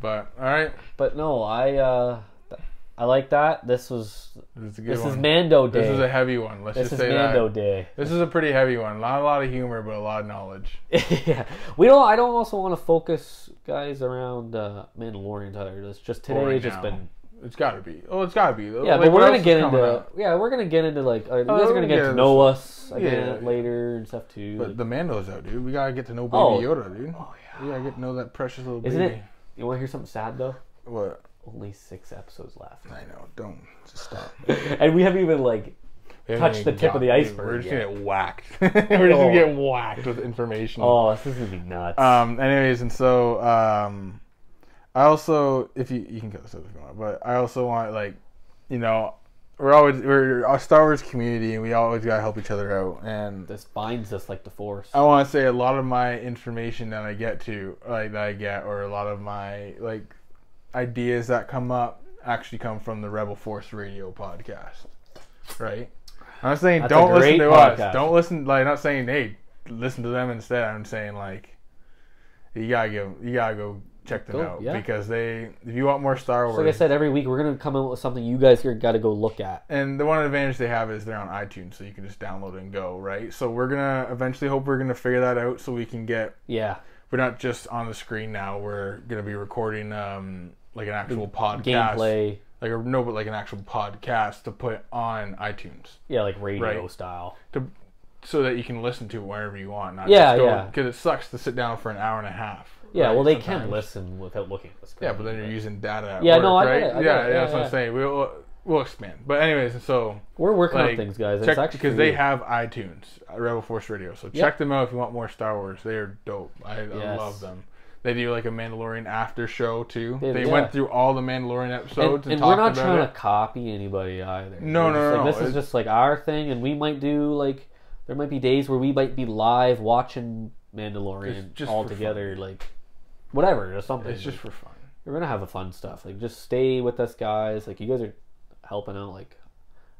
S1: But all right,
S2: But no, I, uh, th- I like that. This was
S1: this is a good
S2: this
S1: one.
S2: is Mando day.
S1: this is a heavy one. Let's
S2: this
S1: just
S2: is
S1: say
S2: Mando
S1: that.
S2: day. <laughs>
S1: This is a pretty heavy one. Not a lot of humor, but a lot of knowledge.
S2: yeah, we don't. I don't also want to focus guys around uh, Mandalorian either. It's just today.
S1: Right
S2: it's just
S1: now.
S2: been
S1: It's gotta be. Oh, it's gotta be.
S2: yeah,
S1: Like,
S2: but we're
S1: what else
S2: gonna
S1: is
S2: get
S1: coming
S2: into
S1: out?
S2: yeah, we're gonna get into like uh, you guys
S1: we're
S2: are gonna
S1: gonna
S2: get
S1: get
S2: to
S1: into
S2: know us again
S1: Yeah.
S2: later and stuff too.
S1: But the Mando's out, dude. We gotta get to know Baby
S2: Oh.
S1: Yoda, dude. Oh yeah. We gotta get to know that precious little
S2: Isn't
S1: baby.
S2: it? You want to hear something sad though?
S1: What?
S2: Only six episodes left, <laughs>
S1: I know. Don't just <laughs> stop.
S2: and we haven't even like
S1: We
S2: Touch
S1: haven't
S2: the
S1: even
S2: tip of the
S1: gotten-
S2: iceberg
S1: We're just
S2: yet.
S1: gonna get whacked. <laughs> we're just gonna get whacked with information.
S2: oh, this is gonna be nuts.
S1: Um. Anyways, and so um, I also if you you can cut this out if you want, but I also want like, you know, we're always we're a Star Wars community and we always gotta help each other out. And
S2: this binds us like the force.
S1: I want to say a lot of my information that I get to like that I get or a lot of my like ideas that come up actually come from the Rebel Force Radio podcast, right? I'm saying
S2: That's a
S1: don't listen
S2: great
S1: to
S2: podcast.
S1: us. Don't listen. Like not saying hey, listen to them instead. I'm saying like you gotta go. You gotta go check them
S2: Go,
S1: out
S2: yeah.
S1: because they. If you want more Star Wars,
S2: like I said, every week we're gonna come up with something you guys here got to go look at.
S1: and the one advantage they have is they're on iTunes, so you can just download and go. Right. So we're gonna eventually hope we're gonna figure that out, so we can get.
S2: Yeah,
S1: We're not just on the screen now. We're gonna be recording um like an actual podcast,
S2: gameplay.
S1: like a no, but like an actual podcast to put on iTunes.
S2: Yeah, like radio
S1: Right.
S2: style.
S1: to so that you can listen to it wherever you want. Not
S2: Yeah,
S1: just go,
S2: yeah.
S1: Because it sucks to sit down for an hour and a half.
S2: Yeah,
S1: right,
S2: well, they can
S1: sometimes.
S2: listen without looking at the screen.
S1: Yeah, but then you're using data. At
S2: Yeah,
S1: work,
S2: no, I get
S1: right?
S2: it, I get
S1: yeah,
S2: it,
S1: yeah,
S2: yeah,
S1: that's what
S2: yeah.
S1: I'm saying. We'll we'll expand. But anyways, so
S2: we're working on
S1: like,
S2: things, guys. It's
S1: check
S2: actually
S1: because they have iTunes, uh, Rebel Force Radio. So check them out if you want more Star Wars. They are dope. I, I
S2: Yes.
S1: love them. They do like a Mandalorian after show too.
S2: They-
S1: They,
S2: yeah.
S1: went through all the Mandalorian episodes
S2: and,
S1: and,
S2: and we're
S1: talked
S2: not
S1: about
S2: trying
S1: it.
S2: to copy anybody either.
S1: No,
S2: We're
S1: no, no, no,
S2: just like, This is
S1: it's-
S2: just like our thing, and we might do like there might be days where we might be live watching Mandalorian
S1: Just- just
S2: all
S1: for fun.
S2: together, like whatever or something.
S1: It's just for fun.
S2: we're gonna have a fun stuff. Like just stay with us, guys. Like you guys are helping out. Like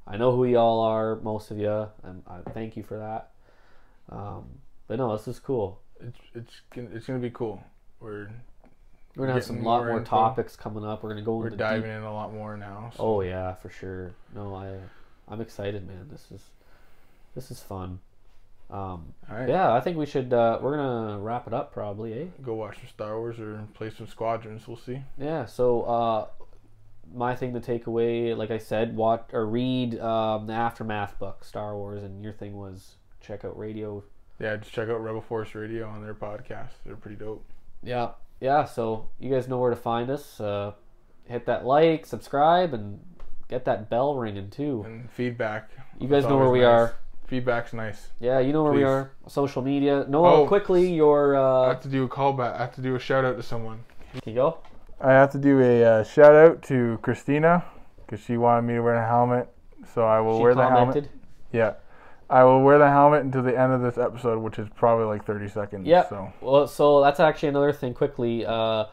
S2: I know who y'all are, most of you, and I thank you for that. Um, but no, this is cool.
S1: It's it's gonna, it's gonna be cool. We're
S2: We're gonna have some
S1: Getting
S2: lot
S1: more
S2: more
S1: info.
S2: topics coming up. We're gonna go
S1: we're
S2: into deep
S1: diving in a lot more now. So.
S2: Oh yeah, for sure. No, I I'm excited, man. This is this is fun. Um,
S1: All right.
S2: yeah, I think we should. Uh, we're gonna wrap it up probably, eh?
S1: go watch some Star Wars or play some Squadrons. We'll see.
S2: Yeah. So uh, my thing to take away, like I said, watch or read um, the aftermath book, Star Wars, and your thing was check out radio.
S1: Yeah, just check out Rebel Force Radio on their podcast. They're pretty dope.
S2: Yeah, yeah. So you guys know where to find us. Uh, hit that like, subscribe, and get that bell ringing too.
S1: And feedback.
S2: You
S1: it's
S2: guys know where
S1: always
S2: we
S1: nice.
S2: are.
S1: Feedback's nice.
S2: Yeah, you know where we
S1: Please.
S2: are. Social media. Noah,
S1: Oh.
S2: quickly your.
S1: I
S2: Uh,
S1: have to do a callback. I have to do a shout out to someone.
S2: Can you go?
S1: I have to do a uh, shout out to Christina because she wanted me to wear a helmet. So I will
S2: She
S1: wear the
S2: commented.
S1: helmet. Yeah. I will wear the helmet until the end of this episode, which is probably like 30 seconds.
S2: Yep.
S1: So
S2: Well, so that's actually another thing. Quickly, uh,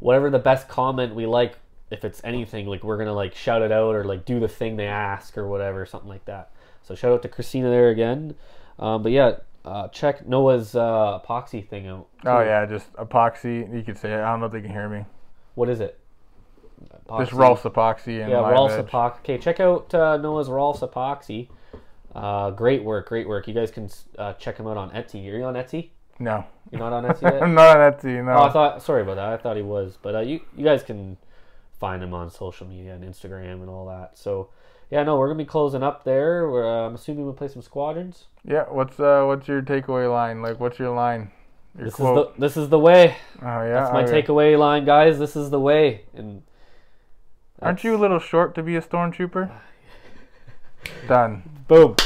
S2: whatever the best comment we like, if it's anything, like we're gonna like shout it out or like do the thing they ask or whatever, something like that. So shout out to Christina there again. Um, but yeah, uh, check Noah's uh, epoxy thing out.
S1: Oh, yeah, just epoxy. You could say it. I don't know if they can hear me.
S2: What is it?
S1: Just
S2: Epoxy.
S1: Rolf's epoxy and
S2: Yeah,
S1: Live
S2: Rolf's
S1: Edge.
S2: Epoxy. Okay, check out uh, Noah's Rolf's Epoxy. Uh, great work, great work. You guys can uh, check him out on Etsy. Are you on Etsy?
S1: <laughs> No.
S2: You're not on Etsy yet.
S1: I'm not on Etsy. No.
S2: Oh, I thought. Sorry about that. I thought he was, but uh, you you guys can find him on social media and Instagram and all that. So yeah, no, we're gonna be closing up there. We're, uh, I'm assuming we will play some squadrons.
S1: Yeah, what's uh what's your takeaway line? Like what's your line? Your
S2: This
S1: quote.
S2: is the this is the way.
S1: oh yeah.
S2: That's my
S1: okay.
S2: takeaway line, guys. This is the way. And
S1: Aren't you a little short to be a stormtrooper? Done.
S2: boom.